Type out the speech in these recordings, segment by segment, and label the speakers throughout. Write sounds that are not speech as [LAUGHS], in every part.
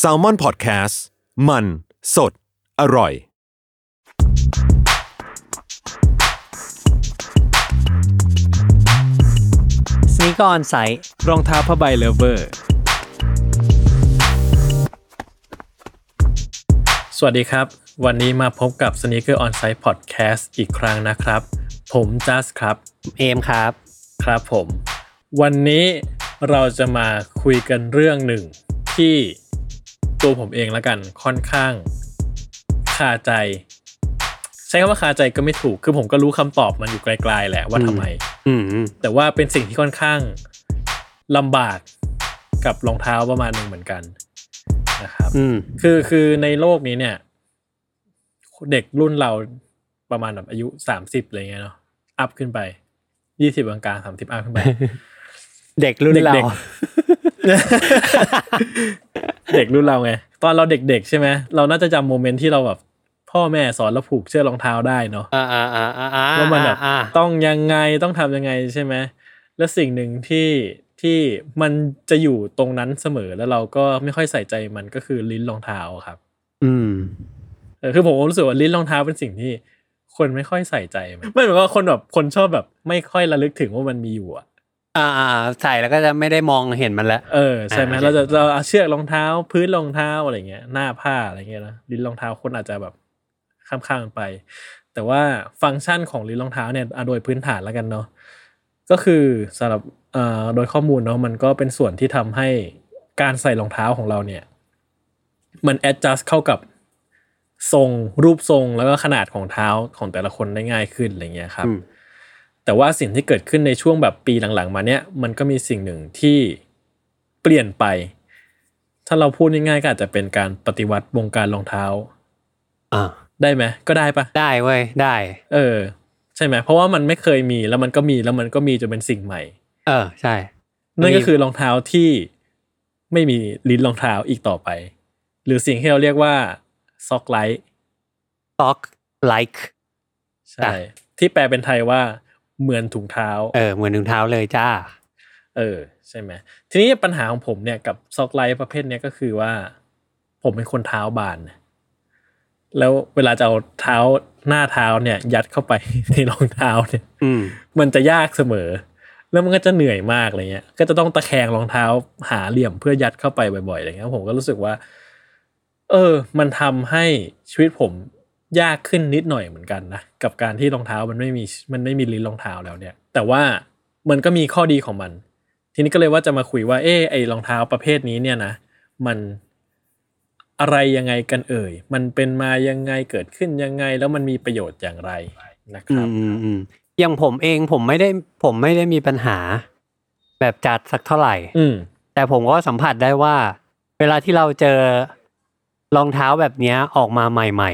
Speaker 1: s a l ม o n PODCAST มันสดอร่อย
Speaker 2: สนิกออนไซต์
Speaker 3: รองเท้าผ้าใบเลเวอร์ สวัสดีครับ วันนี้มาพบกับ Sneaker On Site Podcast อีกครั้งนะครับ ผมจัสครับ
Speaker 2: เอมครับ
Speaker 3: ครับผม วันนี้เราจะมาคุยกันเรื่องหนึ่งที่ตัวผมเองละกันค่อนข้างคาใจ ใช้คำว่าคาใจก็ไม่ถูก คือผมก็รู้คำตอบมันอยู่ไกลๆแหละว่าทำไม
Speaker 2: อืม
Speaker 3: แต่ว่าเป็นสิ่งที่ค่อนข้างลำบากกับรองเท้าประมาณหนึ่งเหมือนกันนะครับ
Speaker 2: อืม
Speaker 3: คือคือในโลกนี้เนี่ย เด็กรุ่นเราประมาณแบบอายุสามสิบอะไรเงี้ยเนาะอัพขึ้นไปยี่สิบกลางๆสามสิบอัพขึ้นไป
Speaker 2: เด็ก [LAUGHS] รุ่นเรา
Speaker 3: เด็ก [LAUGHS] เด็กรุ่นเราไง ตอนเราเด็กๆใช่ไหมเราน่าจะจำโมเมนต์ที่เราแบบ พ่อแม่สอนเราผูกเชือกรองเท้าได้เนาะ
Speaker 2: อ่าอ่าอ่าอ่าอ่า
Speaker 3: ว่ามันแบบ
Speaker 2: อ่า
Speaker 3: ต้องยังไงต้องทำยังไงใช่ไหมและสิ่งหนึ่งที่ที่มันจะอยู่ตรงนั้นเสมอแล้วเราก็ไม่ค่อยใส่ใจมันก็คือลิ้นรองเท้าครับ
Speaker 2: อืม
Speaker 3: เออคือผมรู้สึกว่าลิ้นรองเท้าเป็นสิ่งที่คนไม่ค่อยใส่ใจมันไม่เหมือนว่าคนแบบคนชอบแบบ ไม่ค่อยระลึกถึงว่ามันมีอยู่อะ
Speaker 2: อ่าอ่าใส่แล้วก็จะไม่ได้มองเห็นมันแล้ว
Speaker 3: เออใช่ไหม
Speaker 2: อ่า
Speaker 3: เราจะเราเอาเชือกรองเท้า พื้นรองเท้าอะไรเงี้ยหน้าผ้าอะไรเงี้ยนะลิ้นรองเท้าคนอาจจะแบบข้ามๆไป แต่ว่าฟังก์ชันของลิ้นรองเท้าเนี่ยอ่ะโดยพื้นฐานแล้วกันเนาะก็คือสำหรับเอ่อโดยข้อมูลเนาะมันก็เป็นส่วนที่ทำให้การใส่รองเท้าของเราเนี่ย มัน adjust เข้ากับทรงรูปทรงแล้วก็ขนาดของเท้าของแต่ละคนได้ง่ายขึ้นอะไรเงี้ยครับ
Speaker 2: อืม
Speaker 3: แต่ว่าสิ่งที่เกิดขึ้นในช่วงแบบปีหลังๆ มาเนี่ยมันก็มีสิ่งหนึ่งที่เปลี่ยนไป ถ้าเราพูดง่ายๆก็อาจจะเป็นการปฏิวัติวงการรองเท้า
Speaker 2: อ่า
Speaker 3: ได้ไหมก็ได้ปะ
Speaker 2: ได้เว้ย ได้
Speaker 3: เออใช่ไหมเพราะว่ามันไม่เคยมีแล้วมันก็มีแล้วมันก็มีจนเป็นสิ่งใหม่
Speaker 2: เออ ใช่
Speaker 3: นั่น
Speaker 2: มี
Speaker 3: ก็คือรองเท้าที่ไม่มีลิ้นรองเท้าอีกต่อไป หรือสิ่งที่เราเรียกว่าซ็อกไลท์
Speaker 2: ต็อกไลค์
Speaker 3: ใช่ที่แปลเป็นไทยว่าเหมือนถุงเท้า
Speaker 2: เออ เหมือนถุงเท้าเลยจ้า
Speaker 3: เออใช่ไหมทีนี้ปัญหาของผมเนี่ยกับซ็อกไลท์ประเภทเนี้ยก็คือว่า ผมเป็นคนเท้าบานนะแล้วเวลาจะเอาเท้าหน้าเท้าเนี่ย ยัดเข้าไป [LAUGHS] ในรองเท้าเนี่ย
Speaker 2: อืม
Speaker 3: มันจะยากเสมอ แล้วมันก็จะเหนื่อยมากอะไรเงี้ย ก็จะต้องตะแคงรองเท้าหาเหลี่ยมเพื่อยัดเข้าไปบ่อยๆอะไรเงี้ย ผมก็รู้สึกว่า เออ มันทำให้ชีวิตผมยากขึ้นนิดหน่อยเหมือนกันนะ กับการที่รองเท้ามันไม่มีมันไม่มีลิ้นรองเท้าแล้วเนี่ย แต่ว่ามันก็มีข้อดีของมัน ทีนี้ก็เลยว่าจะมาคุยว่า เออไอรองเท้าประเภทนี้เนี่ยนะ มันอะไรยังไงกันเอ่ย มันเป็นมายังไงเกิดขึ้นยังไง แล้วมันมีประโยชน์อย่างไรนะค
Speaker 2: อื
Speaker 3: รับ
Speaker 2: มอืมอืมอย่างผมเองผมไม่ได้ผมไม่ได้มีปัญหา แบบจัดสักเท่าไหร่
Speaker 3: อืม
Speaker 2: แต่ผมก็สัมผัสได้ว่า เวลาที่เราเจอรองเท้าแบบเนี้ยออกมาใหม่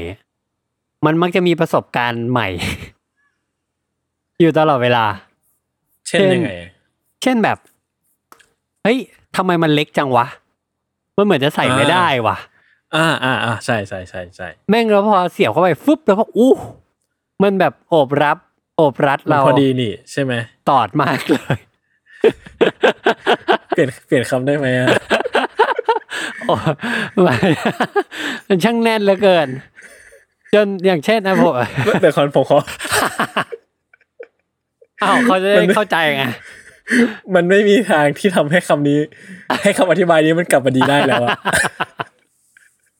Speaker 2: ๆ มันมักจะมีประสบการณ์ใหม่ [LAUGHS] อยู่ตลอดเวลา
Speaker 3: เช่นยังไง
Speaker 2: เช่นแบบ เฮ้ยทำไมมันเล็กจังวะ มันเหมือนจะใส่ไม่
Speaker 3: อ่า
Speaker 2: ได้วะ
Speaker 3: อ่าอ่าอ่าใช่ใช่ใช่ใช่
Speaker 2: แม่งแล้วพอเสียบเข้าไปฟึบแล้วพออู้มันแบบโอบรับ โอบรัด
Speaker 3: มัน
Speaker 2: เรา
Speaker 3: พอดีนี่ใช่ไหม
Speaker 2: ตอดมากเลย [LAUGHS]
Speaker 3: เปลี่ยนเปลี่ยนคำได้ไหม [LAUGHS] อะ
Speaker 2: โอ้ยมันมันช่างแน่นเหลือเกิน จนอย่างเช่นนะผม
Speaker 3: เดี๋ยวขอผมขอ
Speaker 2: อ้าวเขาจะได้
Speaker 3: มันไม่
Speaker 2: เข้าใจไง
Speaker 3: มันไม่มีทางที่ทำให้คำนี้ ให้คำอธิบายนี้มันกลับมาดีได้แล้วอะ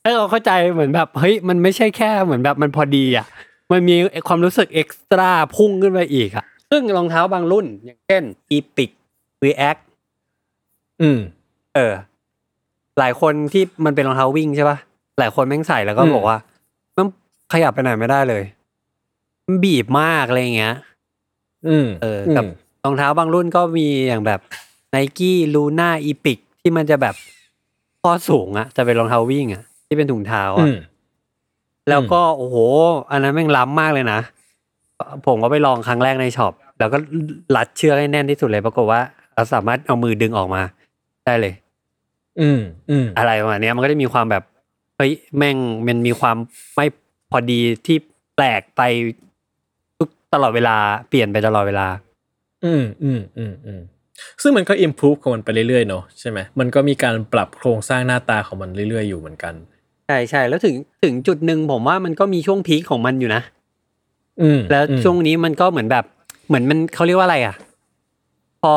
Speaker 2: ให้เราเข้าใจเหมือนแบบเฮ้ยมันไม่ใช่แค่เหมือนแบบมันพอดีอ่ะ มันมีความรู้สึกเอ็กซ์ตร้าพุ่งขึ้นไปอีกอ่ะ ซึ่งรองเท้าบางรุ่น อย่างเช่น e p i c React
Speaker 3: [LAUGHS] อืม
Speaker 2: เออ หลายคนที่มันเป็นรองเท้าวิ่งใช่ป่ะ หลายคนแม่งใส่แล้วก็
Speaker 3: อืม
Speaker 2: บอกว่า มันขยับไปไหนไม่ได้เลยมันบีบมากอะไรอย่างเงี้ย
Speaker 3: อืม
Speaker 2: เออกับ รองเท้าบางรุ่นก็มีอย่างแบบ n i กี้ลูน่าอีพิกที่มันจะแบบข้อสูงอะจะเป็นรองเท้าวิ่งอะที่เป็นถุงเท้า
Speaker 3: อื
Speaker 2: อะ
Speaker 3: ม
Speaker 2: แล้วก็โอ้โห อันนั้นแม่งล้ำมากเลยนะ ผมก็ไปลองครั้งแรกในช็อป แล้วก็รัดเชือกให้แน่นที่สุดเลยปรากฏว่า เราสามารถเอามือดึงออกมา ได้เลย
Speaker 3: อืมอืม
Speaker 2: อะไรประมาณเนี้ยมันก็จะมีความแบบเฮ้ยแม่งมันมีความไม่พอดีที่แปลกไปทุกตลอดเวลาเปลี่ยนไปตลอดเวลา
Speaker 3: อืมอืมอืมอืม ซึ่งมันก็ improve ของมันไปเรื่อยๆเนาะใช่ไหมมันก็มีการปรับโครงสร้างหน้าตาของมันเรื่อยๆอยู่เหมือนกัน
Speaker 2: ใช่ใช่แล้วถึงถึงจุดหนึ่งผมว่ามันก็มีช่วงพีคของมันอยู่นะ
Speaker 3: อืม
Speaker 2: แล้ว
Speaker 3: อืม
Speaker 2: ช่วงนี้มันก็เหมือนแบบ เหมือนมันเขาเรียกว่าอะไรอ่ะ พอ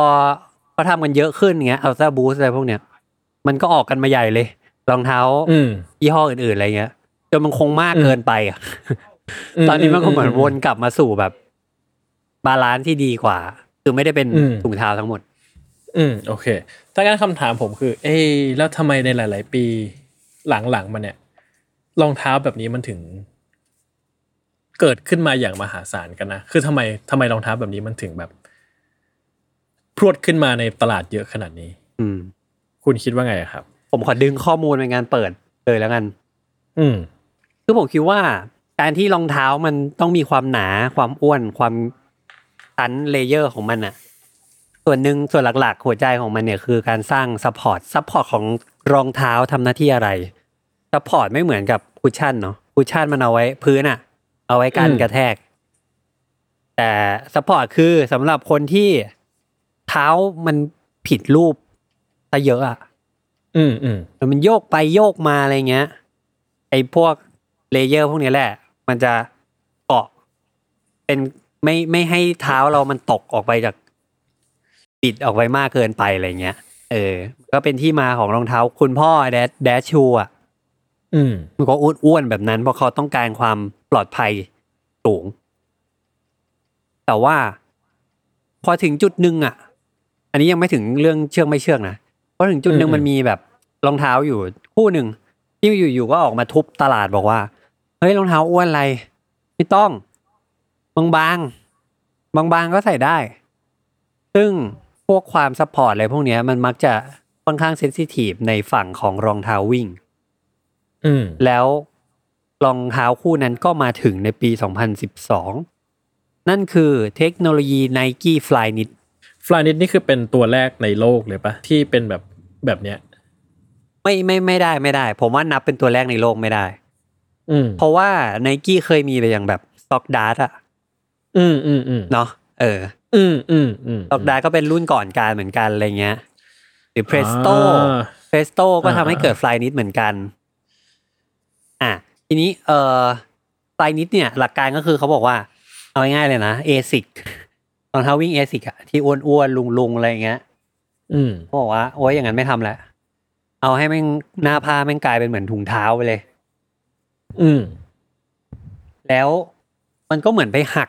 Speaker 2: พอทำกันเยอะขึ้นเงี้ยอัลตร้าบูสอะไรพวกเนี้ยมันก็ออกกันมาใหญ่เลย รองเท้า
Speaker 3: อืม
Speaker 2: ยี่ห้ออื่นๆอะไรเงี้ยจนมันคงมาก
Speaker 3: อืม
Speaker 2: เกินไปอ่ะ ตอนนี้มันก็เหมือนวนกลับมาสู่แบบ บาลานซ์ที่ดีกว่า คือไม่ได้เป็น
Speaker 3: อืม
Speaker 2: ถุงเท้าทั้งหมด
Speaker 3: อืมโอเคถ้างั้นคำถามผมคือ เอ๊ะแล้วทำไมในหลาย ๆ ปีหลัง ๆ มาเนี่ยรองเท้าแบบนี้มันถึง เกิดขึ้นมาอย่างมหาศาลกันนะ คือทำไมทำไมรองเท้าแบบนี้มันถึงแบบ พรวดขึ้นมาในตลาดเยอะขนาดนี้
Speaker 2: อืม
Speaker 3: คุณคิดว่าไงอะครับ
Speaker 2: ผมขอดึงข้อมูลในงานเปิดเลยแล้วกัน
Speaker 3: อืม
Speaker 2: คือผมคิดว่าการที่รองเท้ามันต้องมีความหนาความอ้วนความชั้นเลเยอร์ของมันอะส่วนหนึ่งส่วนหลักๆ หัวใจของมันเนี่ยคือการสร้างซัพพอร์ตซัพพอร์ตของรองเท้าทำหน้าที่อะไรซัพพอร์ตไม่เหมือนกับคุชชั่นเนาะคุชชั่นมันเอาไว้พื้นอะเอาไว้กัน
Speaker 3: อืม
Speaker 2: กระแทก แต่ซัพพอร์ตคือสำหรับคนที่เท้ามันผิดรูปซะเยอะอะ
Speaker 3: อืมอืม
Speaker 2: มันโยกไปโยกมาอะไรเงี้ย ไอ้พวกเลเยอร์พวกเนี้ยแหละ มันจะเกาะเป็นไม่ไม่ให้เท้าเรามันตกออกไปจากปิดออกไปมากเกินไปอะไรเงี้ย เออ ก็เป็นที่มาของรองเท้าคุณพ่อแดชแดชชูอ่ะ
Speaker 3: อืม
Speaker 2: มันก็อ้วนๆแบบนั้นเพราะเขาต้องการความปลอดภัยสูง แต่ว่า พอถึงจุดหนึ่งอ่ะ อันนี้ยังไม่ถึงเรื่องเชือกไม่เชือกนะพอถึงจุดหนึ่ง
Speaker 3: อืม
Speaker 2: มันมีแบบรองเท้าอยู่คู่หนึ่งที่อยู่ๆก็ออกมาทุบตลาดบอกว่าเฮ้ยรองเท้าอ้วนอะไร ไม่ต้อง บางบางบางบางๆก็ใส่ได้ ซึ่งพวกความซัพพอร์ตอะไรพวกเนี้ยมันมักจะค่อนข้างเซนซิทีฟในฝั่งของรองเท้าวิ่ง
Speaker 3: อืม
Speaker 2: แล้วรองเท้าคู่นั้นก็มาถึงในปี 2012 นั่นคือเทคโนโลยี Nike Flyknit
Speaker 3: ฟลานิดนี่คือเป็นตัวแรกในโลกเลยปะที่เป็นแบบแบบเนี้ย
Speaker 2: ไม่ไม่ไม่ได้ไม่ได้ ผมว่านับเป็นตัวแรกในโลกไม่ได้
Speaker 3: อืม
Speaker 2: เพราะว่า Nike เคยมีไปอย่างแบบ Stock Dart อะ
Speaker 3: อืมอืมอืม
Speaker 2: เนาะเออ
Speaker 3: อืมอืมอืม
Speaker 2: Stock Dart ก็เป็นรุ่นก่อนการเหมือนกันอะไรเงี้ย หรือ Presto
Speaker 3: อ่า
Speaker 2: Presto ก็ทำให้
Speaker 3: อ่า
Speaker 2: เกิด Flyknit เหมือนกัน อ่ะทีนี้เอ่อ Flyknit เนี่ย หลักการก็คือเขาบอกว่า เอาง่ายๆเลยนะ ASIC รองเท้าวิ่ง ASIC อะที่อ้วนๆลุงๆ อะไรอย่างเงี้ย
Speaker 3: อืม
Speaker 2: เขาบอกว่า โอ้ยอย่างนั้นไม่ทำละเอาให้แม่งหน้าผ้าแม่งกลายเป็นเหมือนถุงเท้าไปเลย
Speaker 3: อืม
Speaker 2: แล้วมันก็เหมือนไปหัก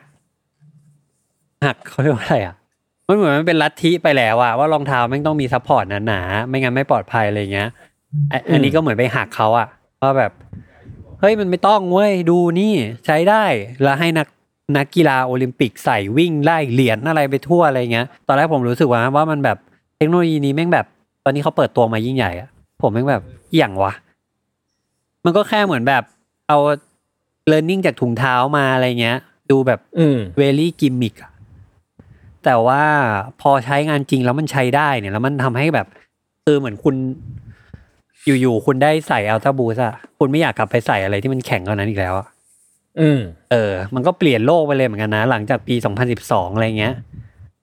Speaker 2: หักเขาเรียกว่าอะไรอ่ะ มันเหมือนมันเป็นลัทธิไปแล้วอะว่ารองเท้าแม่งต้องมีซัพพอร์ตหนาๆไม่งั้นไม่ปลอดภัยอะไรเงี้ยอ่ะอันนี้ก็เหมือนไปหักเขาอะว่าแบบ เฮ้ยมันไม่ต้องเว้ยดูนี่ใช้ได้ แล้วให้นักนักกีฬาโอลิมปิกใส่วิ่งไล่เหรียญอะไรไปทั่วอะไรเงี้ย ตอนแรกผมรู้สึกว่าว่ามันแบบเทคโนโลยีนี้แม่งแบบ ตอนนี้เขาเปิดตัวมายิ่งใหญ่อะผมแม่งแบบอหย่างวะ มันก็แค่เหมือนแบบเอา learning จากถุงเท้ามาอะไรเงี้ย ดูแบบ
Speaker 3: อืม
Speaker 2: เวลี่กิมมิกแต่ว่าพอใช้งานจริงแล้วมันใช้ได้เนี่ย แล้วมันทำให้แบบคือเหมือนคุณ อยู่ๆคุณได้ใส่อัลต a าบูสอะคุณไม่อยากกลับไปใส่อะไรที่มันแข็งกว่านั้นอีกแล้วอะ
Speaker 3: อืม
Speaker 2: เออ มันก็เปลี่ยนโลกไปเลยเหมือนกันนะ หลังจากปี 2012 อะไรเงี้ย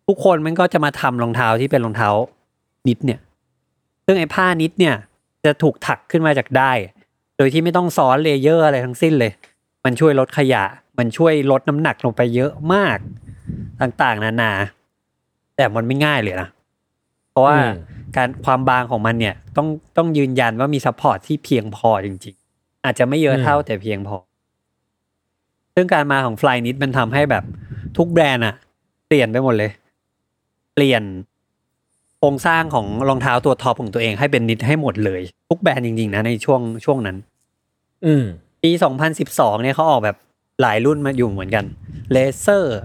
Speaker 2: ทุกคนมันก็จะมาทำรองเท้าที่เป็นรองเท้านิดเนี่ย ซึ่งไอ้ผ้านิดเนี่ย จะถูกถักขึ้นมาจากได้ายโดยที่ไม่ต้องซ้อนเลเยอร์อะไรทั้งสิ้นเลย มันช่วยลดขยะ มันช่วยลดน้ำหนักลงไปเยอะมาก ต่างๆ นานา แต่มันไม่ง่ายเลยนะ เพราะว่า
Speaker 3: อืม
Speaker 2: การความบางของมันเนี่ย ต้องต้องยืนยันว่ามีซัพพอร์ตที่เพียงพอจริงๆ อาจจะไม่เยอะเท่าแต่เพียงพอ ซึ่งการมาของ Fly นิดมันทำให้แบบทุกแบรนด์อะเปลี่ยนไปหมดเลย เปลี่ยนโครงสร้างของรองเท้าตัวท็อปของตัวเองให้เป็นนิดให้หมดเลย ทุกแบรนด์จริงๆนะในช่วงช่วงนั้น
Speaker 3: อืม
Speaker 2: ปี 2012 เนี่ยเขาออกแบบหลายรุ่นมาอยู่เหมือนกันเลเซอร์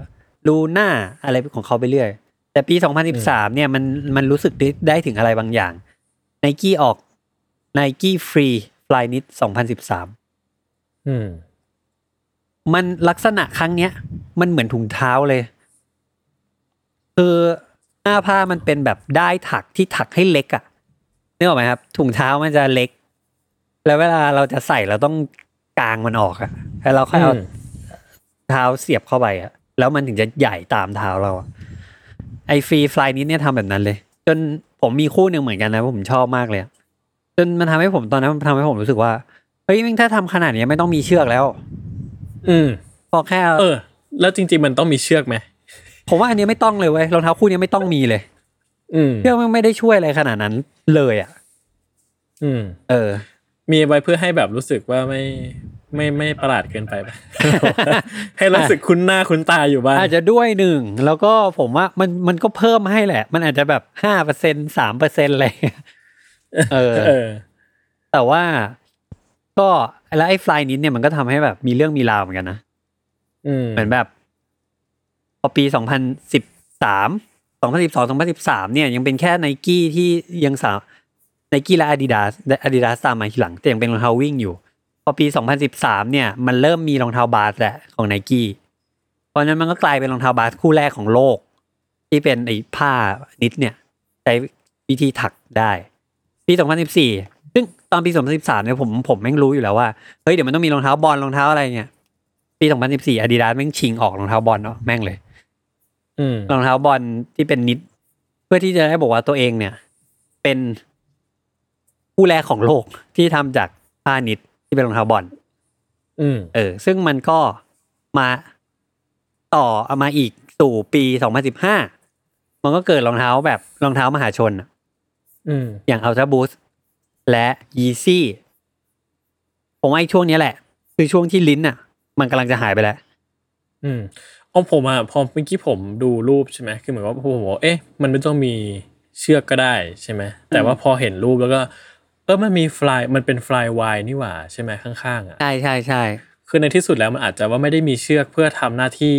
Speaker 2: ลูน่าอะไรของเขาไปเรื่อย แต่ปี 2013 เนี่ยมันมันรู้สึกได้ได้ถึงอะไรบางอย่าง n นกี้ออก n นกี้ฟรีฟลายนิด2013
Speaker 3: อืม
Speaker 2: มันลักษณะครั้งเนี้ย มันเหมือนถุงเท้าเลย คือหน้าผ้ามันเป็นแบบได้ายถักที่ถักให้เล็กอะนึกออกไหมครับ ถุงเท้ามันจะเล็ก แล้วเวลาเราจะใส่เราต้องกางมันออกอะแล้วเราค่อยเอา เท้าเสียบเข้าไปอะแล้วมันถึงจะใหญ่ตามเท้าเราอะ ไอฟรีฟลายนิดเนี่ยทำแบบนั้นเลย จนผมมีคู่หนึ่งเหมือนกันนะผมชอบมากเลยอะจนมันทำให้ผมตอนนั้นมันทำให้ผมรู้สึกว่าเฮ้ยแม่งถ้าทำขนาดเนี้ยไม่ต้องมีเชือกแล้ว
Speaker 3: อืม
Speaker 2: พอแค่
Speaker 3: เออ แล้วจริง ๆ มันต้องมีเชือกไหม
Speaker 2: ผมว่าอันเนี้ยไม่ต้องเลยเว้ยรองเท้าคู่เนี้ยไม่ต้องมีเลย
Speaker 3: อืม
Speaker 2: เชือกแม่งไม่ได้ช่วยอะไรขนาดนั้นเลยอ่ะ
Speaker 3: อืม
Speaker 2: เออ
Speaker 3: มีไว้เพื่อให้แบบรู้สึกว่าไม่ไม่ไม่ประหลาดเกินไปปะ [LAUGHS] ให้รู้สึกคุ้นหน้าคุ้นตาอยู่บ้าง
Speaker 2: อาจจะด้วยหนึ่งแล้วก็ผมว่ามันมันก็เพิ่มให้แหละ มันอาจจะแบบห้าเปอร์เซ็นสามเปอร์เซ็นอะไรอย่างเงี้ยเออ
Speaker 3: เออ
Speaker 2: แต่ว่าก็แล้วไอ้ฟลายนิดเนี่ยมันก็ทำให้แบบมีเรื่องมีราวเหมือนกันนะ
Speaker 3: อืม
Speaker 2: เหมือนแบบพอปี 2013 2012 2013 เนี่ยยังเป็นแค่ไนกี้ที่ยังสามไนกี้และอาดิดาสอาดิดาสตามมาทีหลัง แต่ยังเป็นรองเท้าวิ่งอยู่ พอปี 2013 เนี่ย มันเริ่มมีรองเท้าบาสแหละของไนกี้เพราะฉะนั้นมันก็กลายเป็นรองเท้าบาสคู่แรกของโลก ที่เป็นไอ้ผ้านิดเนี่ยใช้วิธีถักได้ปี 2014 ซึ่งตอนปี 2013 เนี่ยผมผมแม่งรู้อยู่แล้วว่าเฮ้ยเดี๋ยวมันต้องมีรองเท้าบอลรองเท้าอะไรเนี่ย ปี 2014 อาดิดาสแม่งชิงออกรองเท้าบอลเนาะแม่งเลย
Speaker 3: อืม
Speaker 2: รองเท้าบอลที่เป็นนิด เพื่อที่จะได้บอกว่าตัวเองเนี่ย เป็นผู้แรกของโลกที่ทำจากผ้านิดที่เป็นรองเท้าบอล
Speaker 3: อืม
Speaker 2: เออ ซึ่งมันก็มาต่อเอามาอีกสู่ปี 2015 มันก็เกิดรองเท้าแบบรองเท้ามหาชนอะ
Speaker 3: อืม
Speaker 2: อย่างอัลต a าบูสและยีซี่ผมว่าไอ้ช่วงเนี้ยแหละ คือช่วงที่ลิ้นอ่ะ มันกำลังจะหายไปแล้ว
Speaker 3: อืมเอาผมอ่ะพอเมื่อกี้ผมดูรูปใช่ไหมคือเหมือนว่าผมบอกว่าเอ๊ะมันไม่ต้องมีเชือกก็ได้ใช่ไหมแต่ว่าพอเห็นรูปแล้วก็ เออมันมีฟลายมันเป็นฟลายวายนี่หว่า ใช่ไหมข้างๆอ่ะ
Speaker 2: ใช่ใช่ใช่
Speaker 3: คือในที่สุดแล้วมันอาจจะว่าไม่ได้มีเชือกเพื่อทำหน้าที่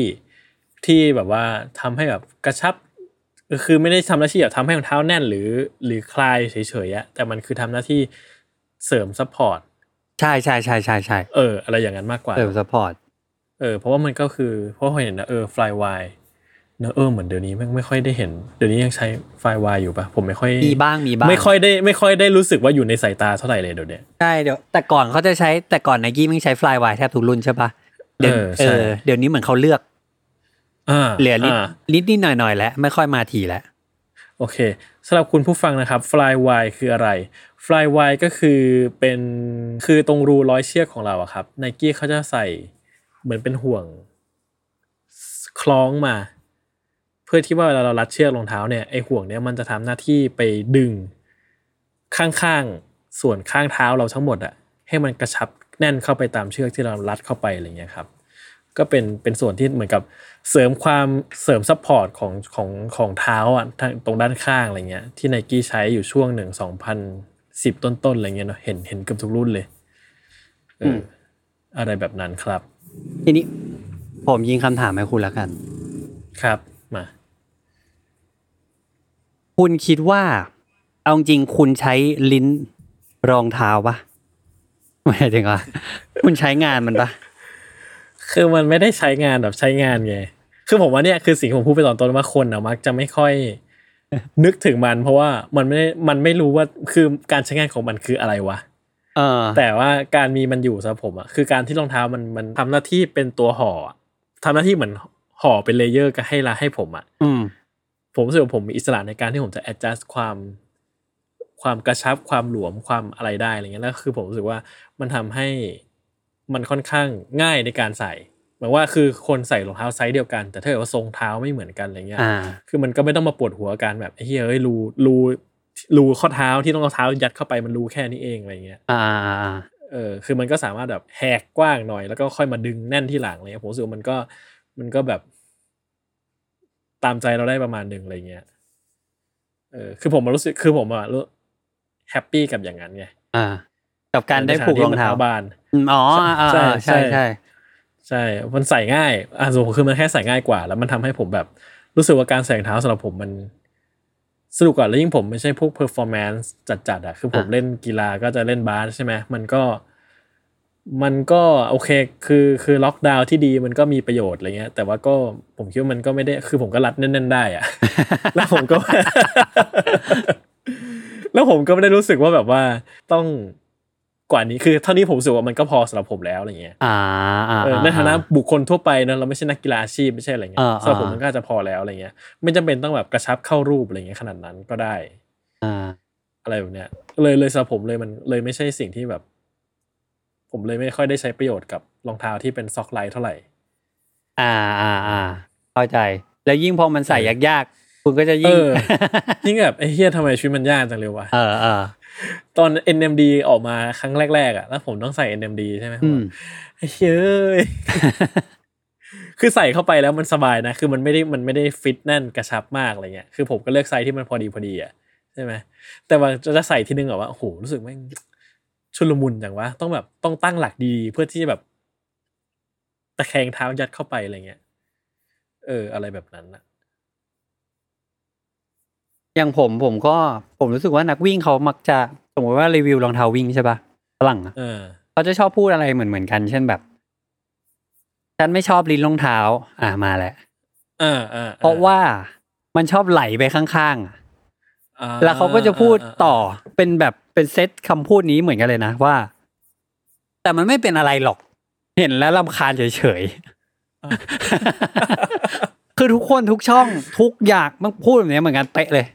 Speaker 3: ที่แบบว่าทำให้แบบกระชับ คือไม่ได้ทำหน้าที่แบบทำให้รองเท้าแน่นหรือ หรือคลายเฉยๆอะแต่มันคือทำหน้าที่เสริมซัพพอร์ต
Speaker 2: ใช่ใช่ใช่ใช่ใช่
Speaker 3: เออ อะไรอย่างนั้นมากกว่า
Speaker 2: เติมสปอร์ต
Speaker 3: เออเพราะว่ามันก็คือเพราะเห็นนะเออฟลายวายเนอะเออเหมือนเดี๋ยวนี้ไม่งไม่ค่อยได้เห็น เดี๋ยวนี้ยังใช้ฟลายวายอยู่ปะผมไม่ค่อย
Speaker 2: มีบ้างมีบ้าง
Speaker 3: ไม่ค่อยได้ไม่ค่อยได้รู้สึกว่าอยู่ในสายตาเท่าไหร่เลยเดี๋ยวเนี้ย
Speaker 2: ใช่เดี๋ยวแต่ก่อนเขาจะใช้แต่ก่อนไนกี้มันใช้ฟลายวายแทบทุกรุ่นใช่ปะเดี๋ยว
Speaker 3: เออ
Speaker 2: เอ
Speaker 3: ใช่
Speaker 2: อเดี๋ยวนี้เหมือนเขาเลือก
Speaker 3: อ่า
Speaker 2: เหลือนิด
Speaker 3: า
Speaker 2: นิดนิดหน่อยหน่อยๆแล้ว ไม่ค่อยมาทีแล้ว
Speaker 3: โอเคสำหรับคุณผู้ฟังนะครับ flywire คืออะไร flywire ก็คือเป็นคือตรงรูร้อยเชือกของเราอะครับไนกี้เขาจะใส่เหมือนเป็นห่วงคล้องมา เพื่อที่ว่าเวลาเรารัดเชือกรองเท้าเนี่ยไอห่วงเนี่ยมันจะทำหน้าที่ไปดึง ข้างๆส่วนข้างเท้าเราทั้งหมดอะให้มันกระชับแน่นเข้าไปตามเชือกที่เรารัดเข้าไปอะไรเงี้ยครับ ก็เป็นเป็นส่วนที่เหมือนกับเสริมความเสริมซัพพอร์ตของของของเท้าอ่ะทางตรงด้านข้างอะไรเงี้ยที่ไนกี้ใช้อยู่ช่วงหนึ่งสองพันสิบต้นๆอะไรเงี้ยเนาะเห็นเห็นเกือบทุกรุ่นเลยเอออ
Speaker 2: ม
Speaker 3: อะไรแบบนั้นครับ
Speaker 2: ทีนี้ ผมยิงคำถามให้คุณละกัน
Speaker 3: ครับมา
Speaker 2: คุณคิดว่า เอาจริงคุณใช้ลิ้นรองเท้าปะไม่ถึงว่า [LAUGHS] คุณใช้งานมันปะ
Speaker 3: คือมันไม่ได้ใช้งานแบบใช้งานไงคือผมว่าเนี่ยคือสิ่งที่ผมพูดไปตอนต้นว่าคนนะมักจะไม่ค่อย นึกถึงมันเพราะว่ามันไม่มันไม่รู้ว่าคือการใช้งานของมันคืออะไรวะ
Speaker 2: เออ
Speaker 3: แต่ว่าการมีมันอยู่สำหรับผมอะคือการที่รองเท้ามันมันทำหน้าที่เป็นตัวห่ออะทำหน้าที่เหมือนห่อเป็นเลเยอร์ก็ให้ละให้ผมอะ
Speaker 2: อืม
Speaker 3: ผมรู้สึกว่าผมมีอิสระในการที่ผมจะ adjust ความความกระชับความหลวมความอะไรได้อะไรเงี้ยแล้วคือผมรู้สึกว่ามันทำให้มันค่อนข้างง่ายในการใส่หมายว่าคือคนใส่รองเท้าไซส์เดียวกัน แต่ถ้าเกิดว่าทรงเท้าไม่เหมือนกันอะไรเงี้ย
Speaker 2: อ่า
Speaker 3: คือมันก็ไม่ต้องมาปวดหัวกันแบบไอ้เหี้ยเอ้ยรูรูรูข้อเท้าที่ต้องเอาเท้ายัดเข้าไปมันรูแค่นี้เองอะไรเงี้ย
Speaker 2: อ่าอ่าอ่า
Speaker 3: เออคือมันก็สามารถแบบแหกกว้างหน่อย แล้วก็ค่อยมาดึงแน่นที่หลังเลยผมรู้สึกว่ามันก็มันก็แบบตามใจเราได้ประมาณหนึ่งอะไรเงี้ยเออคือผมมารู้สึกคือผมอะรู้แฮปปี้กับอย่างนั้นไง
Speaker 2: อ่า กับการได้ผูกรองเท้า
Speaker 3: ในฐนะที่มันบาน
Speaker 2: อืมอ๋ออ่าอ่าอ่า
Speaker 3: ใช่
Speaker 2: ใช่
Speaker 3: ใช่
Speaker 2: ใช่
Speaker 3: ใช่มันใส่ง่ายอ่ะสมมติคือมันแค่ใส่ง่ายกว่า แล้วมันทำให้ผมแบบ รู้สึกว่าการใส่รองเท้าสำหรับผมมันสนุกกว่าแล้วยิ่งผมไม่ใช่พวก performance จัดๆอะคือผม
Speaker 2: อ่ะ
Speaker 3: เล่นกีฬาก็จะเล่นบาสใช่ไหมมันก็ มันก็โอเคคือคือล็อกดาวน์ที่ดีมันก็มีประโยชน์อะไรเงี้ย แต่ว่าก็ผมคิดว่ามันก็ไม่ได้คือผมก็รัดแน่นๆได้อะ
Speaker 2: [LAUGHS]
Speaker 3: แล้วผมก็ [LAUGHS] แล้วผมก็ไม่ได้รู้สึกว่าแบบว่าต้องก ว่านี้คือเท่านี้ผมรู้สึกว่ามันก็พอสำหรับผมแล้วอะไรเงี้ย
Speaker 2: อ่าอ่า
Speaker 3: เออ
Speaker 2: อ่
Speaker 3: ในฐานะบุคคลทั่วไปเนอะเราไม่ใช่นักกีฬาอาชีพไม่ใช่อะไรเงี้ย
Speaker 2: อ่า
Speaker 3: สำหรับผมมันก็อาจจะพอแล้วอะไรเงี้ยไม่จำเป็นต้องแบบกระชับเข้ารูปอะไรเงี้ยขนาดนั้นก็ได้
Speaker 2: อ่า
Speaker 3: อะไรแบบเนี้ยเลยเลยสำหรับผมเลยมันเลยไม่ใช่สิ่งที่แบบ ผมเลยไม่ค่อยได้ใช้ประโยชน์กับรองเท้าที่เป็นซ็อกไลท์เท่าไหร่
Speaker 2: [LAUGHS] อ่าอ่าอ่าเข้าใจ แล้วยิ่งพอมันใส่
Speaker 3: เออย
Speaker 2: ากๆ คุณก็จะยิ่ง
Speaker 3: เออ ยิ่งแบบไอ้เฮียทำไมชีวิตมันยากจังเลยวะ
Speaker 2: เออเออ
Speaker 3: ตอน NMD ออกมาครั้งแรกๆอ่ะแล้วผมต้องใส่ NMD ใช่ไหม
Speaker 2: อืม
Speaker 3: ไอ้เฮ้ยเอ้ย [LAUGHS] คือใส่เข้าไปแล้วมันสบายนะ คือมันไม่ได้มันไม่ได้ฟิตแน่นกระชับมากอะไรเงี้ยคือผมก็เลือกไซส์ที่มันพอดีพอดีอ่ะใช่ไหมแต่ว่าจะใส่ทีนึงแบบว่าโอ้โหรู้สึกแม่งชุลมุนจังวะต้องแบบต้องตั้งหลักดีๆเพื่อที่จะแบบ ตะแคงเท้ายัดเข้าไปอะไรเงี้ยเออ อะไรแบบนั้นอ่ะ
Speaker 2: อย่างผมผมก็ผมรู้สึกว่านักวิ่งเขามักจะสมมติว่ารีวิวรองเท้าวิ่งใช่ปะฝรั่งอะ
Speaker 3: เออ
Speaker 2: เขาจะชอบพูดอะไรเหมือนเหมือนๆกัน เช่นแบบ ฉันไม่ชอบลิ้นรองเท้า อ่ามาแหละ
Speaker 3: อ่าอ่าอ่
Speaker 2: เพราะว่ามันชอบไหลไปข้างๆอะ
Speaker 3: อ่
Speaker 2: แล้วเขาก็จะพูด
Speaker 3: าา
Speaker 2: ต่อเป็นแบบเป็นเซตคำพูดนี้เหมือนกันเลยนะว่า แต่มันไม่เป็นอะไรหรอก เห็นแล้วรำคาญเฉยๆ
Speaker 3: อ่า
Speaker 2: คือทุกคนทุกช่อง [COUGHS] ทุกอย่างมันพูดแบบนี้เหมือนกันเป๊ะเลย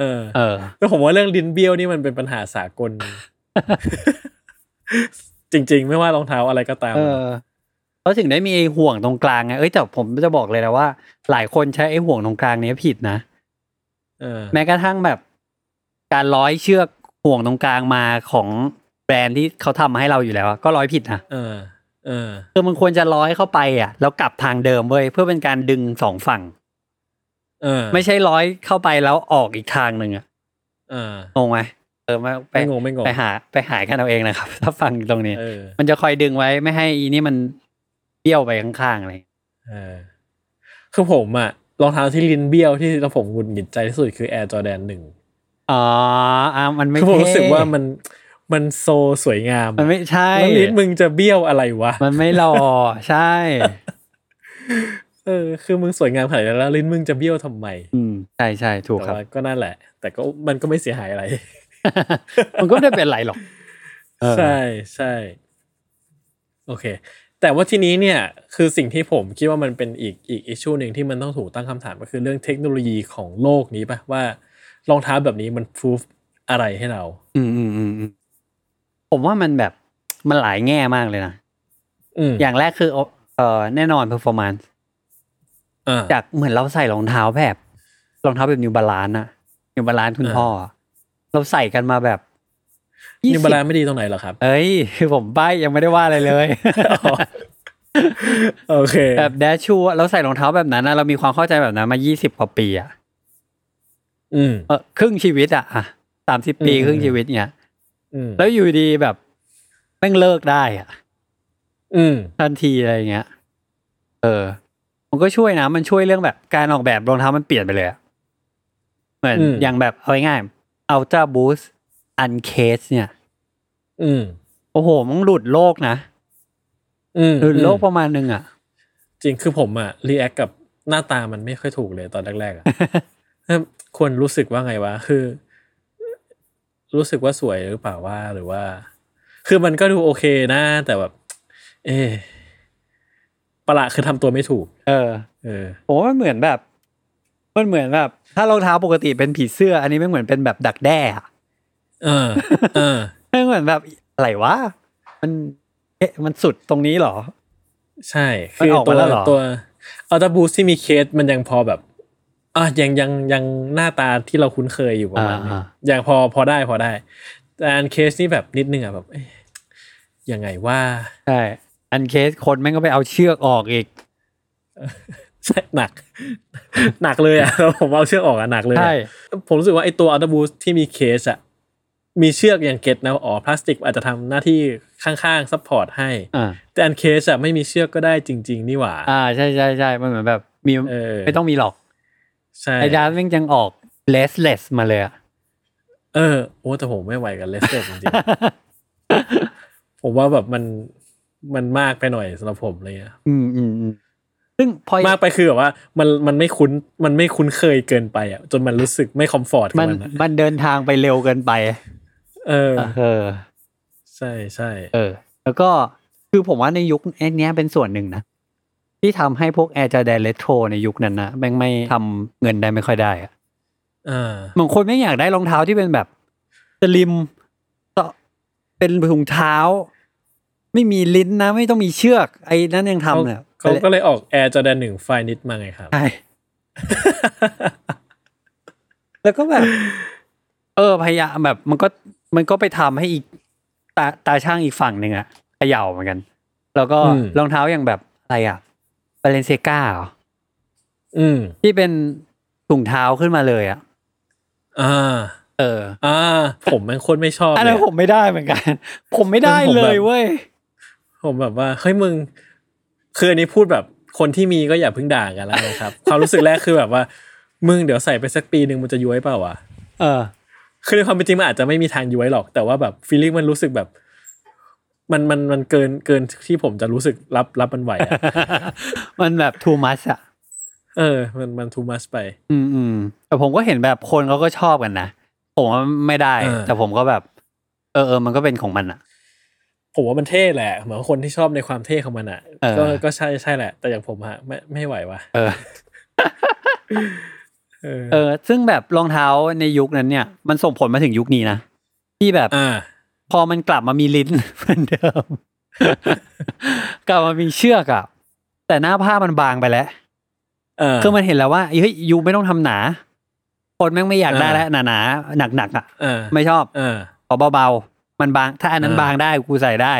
Speaker 3: เออ
Speaker 2: เออ
Speaker 3: แต่ผมว่าเรื่องดินเบี้ยวนี่มันเป็นปัญหาสาก
Speaker 2: [LAUGHS]
Speaker 3: ล จริง ๆ ไม่ว่ารองเท้าอะไรก็ตาม
Speaker 2: เออเขาถึงได้มีไอ้ห่วงตรงกลางไงเอ้ยแต่ผมจะบอกเลยนะว่า หลายคนใช้ไอ้ห่วงตรงกลางเนี้ยผิดนะ
Speaker 3: เออ
Speaker 2: แม้กระทั่งแบบ การร้อยเชือกห่วงตรงกลางมาของแบรนด์ที่เขาทำมาให้เราอยู่แล้วอะก็ร้อยผิดนะ
Speaker 3: เออ เออ
Speaker 2: คือมันควรจะร้อยเข้าไปอ่ะแล้วกลับทางเดิมเว้ยเพื่อเป็นการดึงสองฝั่ง
Speaker 3: เออ
Speaker 2: ไม่ใช่ร้อยเข้าไปแล้วออกอีกทางหนึ่งอ่ะ
Speaker 3: เออง
Speaker 2: งไหมเออไม่ไป
Speaker 3: ไม่งงไม่งง
Speaker 2: ไปหาไปหากันเอาเองนะครับ ถ้าฟังตรงนี้
Speaker 3: เออ
Speaker 2: มันจะคอยดึงไว้ไม่ให้อีนี่มันเบี้ยวไปข้างๆอะไรอย่างเงี้ย
Speaker 3: เออ คือผมอะรองเท้าที่ลินเบี้ยวที่เราผมหงุดหงิดใจที่สุดคือ Air Jordan หนึ่ง
Speaker 2: อ๋ออ่ะมันไม่
Speaker 3: คือผม
Speaker 2: เท่
Speaker 3: รู้สึกว่ามันมันโซสวยงาม
Speaker 2: มันไม่ใช่
Speaker 3: แล้วลิ้นมึงจะเบี้ยวอะไรวะ
Speaker 2: มันไม่หล่อ ใช่
Speaker 3: [LAUGHS] เออคือมึงสวยงามขนาดนั้นแล้วลิ้นมึงจะเบี้ยวทำไม
Speaker 2: อืมใช่ใช่ถูกค
Speaker 3: แต่
Speaker 2: รับ
Speaker 3: ว่าก็นั่นแหละ แต่ก็มันก็ไม่เสียหายอะไร
Speaker 2: [LAUGHS] มันก็ไม่ได้เป็นไรหรอกเออ
Speaker 3: ใช่ใช่โอเค แต่ว่าทีนี้เนี่ยคือสิ่งที่ผมคิดว่ามันเป็นอีกอีกอิชชูหนึ่งที่มันต้องถูกตั้งคำถามก็คือเรื่องเทคโนโลยีของโลกนี้ปะว่ารองเท้าแบบนี้มันพ o ูฟอะไรให้เรา
Speaker 2: อืมอืมอืมอืมผมว่ามันแบบมันหลายแง่มากเลยนะ
Speaker 3: อืม
Speaker 2: อย่างแรกคือเออแน่นอน performance
Speaker 3: อ่า
Speaker 2: จากเหมือนเราใส่รองเท้าแบบรองเท้าแบบนิวบาลานอะนิวบาลานคุณ
Speaker 3: อ่า
Speaker 2: พ่ออะเราใส่กันมาแบบ
Speaker 3: นิวบา
Speaker 2: 20
Speaker 3: ลานไม่ดีตรงไหนเห
Speaker 2: [LAUGHS]
Speaker 3: รอครับ
Speaker 2: เอ้ย ผมป้ายยังไม่ได้ว่าอะไรเลย
Speaker 3: โอเค
Speaker 2: แบบแดชชูอะเราใส่รองเท้าแบบนั้นนะเรามีความเข้าใจแบบนั้นมา 20 กว่าปีอะ
Speaker 3: อืม
Speaker 2: เออครึ่งชีวิตอะสามสิบปี
Speaker 3: อืม
Speaker 2: ครึ่งชีวิตเนี่ย
Speaker 3: อืม
Speaker 2: แล้วอยู่ดีแบบแม่งเลิกได้อะ
Speaker 3: อืม
Speaker 2: ทันทีอะไรอย่างเงี้ย เออ มันก็ช่วยนะ มันช่วยเรื่องแบบการออกแบบรองเท้ามันเปลี่ยนไปเลยอะเหมือนอย่างแบบเอาง่ายๆ Ultra Boost Uncase เนี่ย
Speaker 3: อืม
Speaker 2: โอ้โหมันหลุดโลกนะ
Speaker 3: อืม
Speaker 2: หลุดโลกประมาณนึงอะ
Speaker 3: จริงคือผมอะรีแอคกับหน้าตามันไม่ค่อยถูกเลยตอนแรกๆ
Speaker 2: [LAUGHS]
Speaker 3: อะ เอิ่มควรรู้สึกว่าไงวะ คือ รู้สึกว่าสวยหรือเปล่าว่าหรือว่า คือมันก็ดูโอเคนะ แต่แบบ เออประหละคือทำตัวไม่ถูก
Speaker 2: เออ
Speaker 3: เออ
Speaker 2: ผมว่ามันเหมือนแบบ มันเหมือนแบบ ถ้ารองเท้าปกติเป็นผีเสื้อ อันนี้ไม่เหมือนเป็นแบบดักแด้อะ
Speaker 3: เออ เออ
Speaker 2: ไม่เหมือนแบบอะไรวะมันเอ๊ะมันสุดตรงนี้เหรอ
Speaker 3: ใช่ คื
Speaker 2: [LAUGHS] มั
Speaker 3: อ
Speaker 2: นออก
Speaker 3: ตั
Speaker 2: มาว แล้วเหรอ
Speaker 3: ตัวอัลตาบูสที่มีเคสมันยังพอแบบอ่ะยังยังยังหน้าตาที่เราคุ้นเคยอยู่ประมาณนี้
Speaker 2: อ่า
Speaker 3: ยังพอพอได้พอได้ แต่อันเคสนี่แบบนิดนึงอ่ะแบบเอ๊ะยังไงว่า
Speaker 2: ใช่อันเคสคนแม่งก็ไปเอาเชือกออกอีก
Speaker 3: ใช่ [LAUGHS] หนัก หนักเลยอ่ะ [LAUGHS] แล้วผมเอาเชือกออกอ่ะหนักเลยอะ
Speaker 2: ใช่
Speaker 3: ผมรู้สึกว่าไอตัวอัลตบูสที่มีเคสอ่ะมีเชือกอย่างเก็ตนะอ๋อพลาสติกอาจจะทำหน้าที่ข้างๆซัพพอร์ตให้
Speaker 2: อ่า
Speaker 3: แต่อันเคสอ่ะไม่มีเชือกก็ได้จริง ๆ นี่หว่า
Speaker 2: อ่าใช่ใช่ใช่มันเหมือนแบบมี
Speaker 3: เออ
Speaker 2: ไม่ต้องมีหรอก
Speaker 3: ใช่
Speaker 2: ไอดาร์แม่งยังออกเลสเลสมาเลยอะ
Speaker 3: เออโอ้แต่ผมไม่ไหวกับเลสเตอร์จริงๆ ผมว่าแบบมันมันมากไปหน่อยสำหรับผมอะไรเลย
Speaker 2: อืมอืมอืมซึ่งพอ
Speaker 3: มากไปคือแบบว่ามันมันไม่คุ้นมันไม่คุ้นเคยเกินไปอ่ะจนมันรู้สึกไม่คอมฟอร์ตกับ
Speaker 2: มัน
Speaker 3: มันอะ
Speaker 2: มันเดินทางไปเร็วเกินไป
Speaker 3: เออ
Speaker 2: เออ
Speaker 3: ใช่ใช่
Speaker 2: เออ แล้วก็คือผมว่าในยุคเนี้ยเป็นส่วนหนึ่งนะ ที่ทำให้พวกแอร์จอแดนเลโทรในยุคนั้นนะแม่งไม่ทำเงินได้ไม่ค่อยได้อะ
Speaker 3: อ่า
Speaker 2: บางคนไม่งอยากได้รองเท้าที่เป็นแบบสลิมก็เป็นถุงเท้า ไม่มีลิ้นนะ ไม่ต้องมีเชือก ไอ้นั่นยังทำเนี่ย
Speaker 3: เขาก็เลยออกแอร์จอแดนหนึ่งไฟนิดมาไงครับ
Speaker 2: ใช่ แล้วก็แบบ เออพยายามแบบมันก็มันก็ไปทำให้อีกตาตาช่างอีกฝั่งหนึ่งอะเขย่าเหมือนกัน แล้วก็
Speaker 3: อืม
Speaker 2: รองเท้าอย่างแบบอะไรอะบาเลนเซกา
Speaker 3: อืม
Speaker 2: ที่เป็นถุงเท้าขึ้นมาเลยอะ
Speaker 3: อ่า
Speaker 2: เออ
Speaker 3: อ่า ผมแม่งโคตรไม่ชอบ
Speaker 2: อัน
Speaker 3: เล
Speaker 2: นั้
Speaker 3: ย
Speaker 2: น
Speaker 3: อะ
Speaker 2: ผมไม่ได้เหมือนกัน ผมไม่ได้
Speaker 3: ผม
Speaker 2: เล
Speaker 3: แบบ
Speaker 2: ยเว้ย
Speaker 3: ผมแบบว่าเฮ้ยมึงคืออันนี้พูดแบบคนที่มีก็อย่าเพิ่งด่ากันแล้วนะครับ ความรู้สึกแรกคือแบบว่า มึงเดี๋ยวใส่ไปสักปีหนึ่งมันจะย้วยเปล่าวะ
Speaker 2: เออ
Speaker 3: คือในความเป็นจริงมันอาจจะไม่มีทางย้วยหรอก แต่ว่าแบบฟีลลิ่งมันรู้สึกแบบ มันมันมันเกินเกินที่ผมจะรู้สึกรับรับมันไหวอะ
Speaker 2: [LAUGHS] มันแบบ too much อะ
Speaker 3: เออ มันมัน too much ไป
Speaker 2: อืมอืมแต่ผมก็เห็นแบบคนเขาก็ชอบกันนะผมว่าไม่ได้
Speaker 3: เออ
Speaker 2: แต่ผมก็แบบ เออเออมันก็เป็นของมันอะ
Speaker 3: ผมว่ามันเท่แหละเหมือนคนที่ชอบในความเท่ของมันอ่ะ
Speaker 2: เออ
Speaker 3: ก็ก็ใช่ใช่แหละ แต่อย่างผมอะไม่ไม่ไหววะ
Speaker 2: เออ
Speaker 3: เออ
Speaker 2: เออซึ่งแบบรองเท้าในยุคนั้นเนี่ย มันส่งผลมาถึงยุคนี้นะ ที่แบบ
Speaker 3: อ่า
Speaker 2: พอมันกลับมามีลิ้น [LAUGHS] เหมือนเดิม กลับมามีเชือกอะแต่หน้าผ้ามันบางไปแล้ว
Speaker 3: เออ
Speaker 2: คือมันเห็นแล้วว่าเฮ้ยยูไม่ต้องทำหนา คนแม่งไม่อยากได้
Speaker 3: อ่า
Speaker 2: แล้วหนาๆหนักๆอ่ะ
Speaker 3: อ่า
Speaker 2: ไม่ชอบ
Speaker 3: อ่า
Speaker 2: ขอเบาๆมันบาง ถ้าอันนั้น
Speaker 3: อ่า
Speaker 2: บางได้กูใส่ได้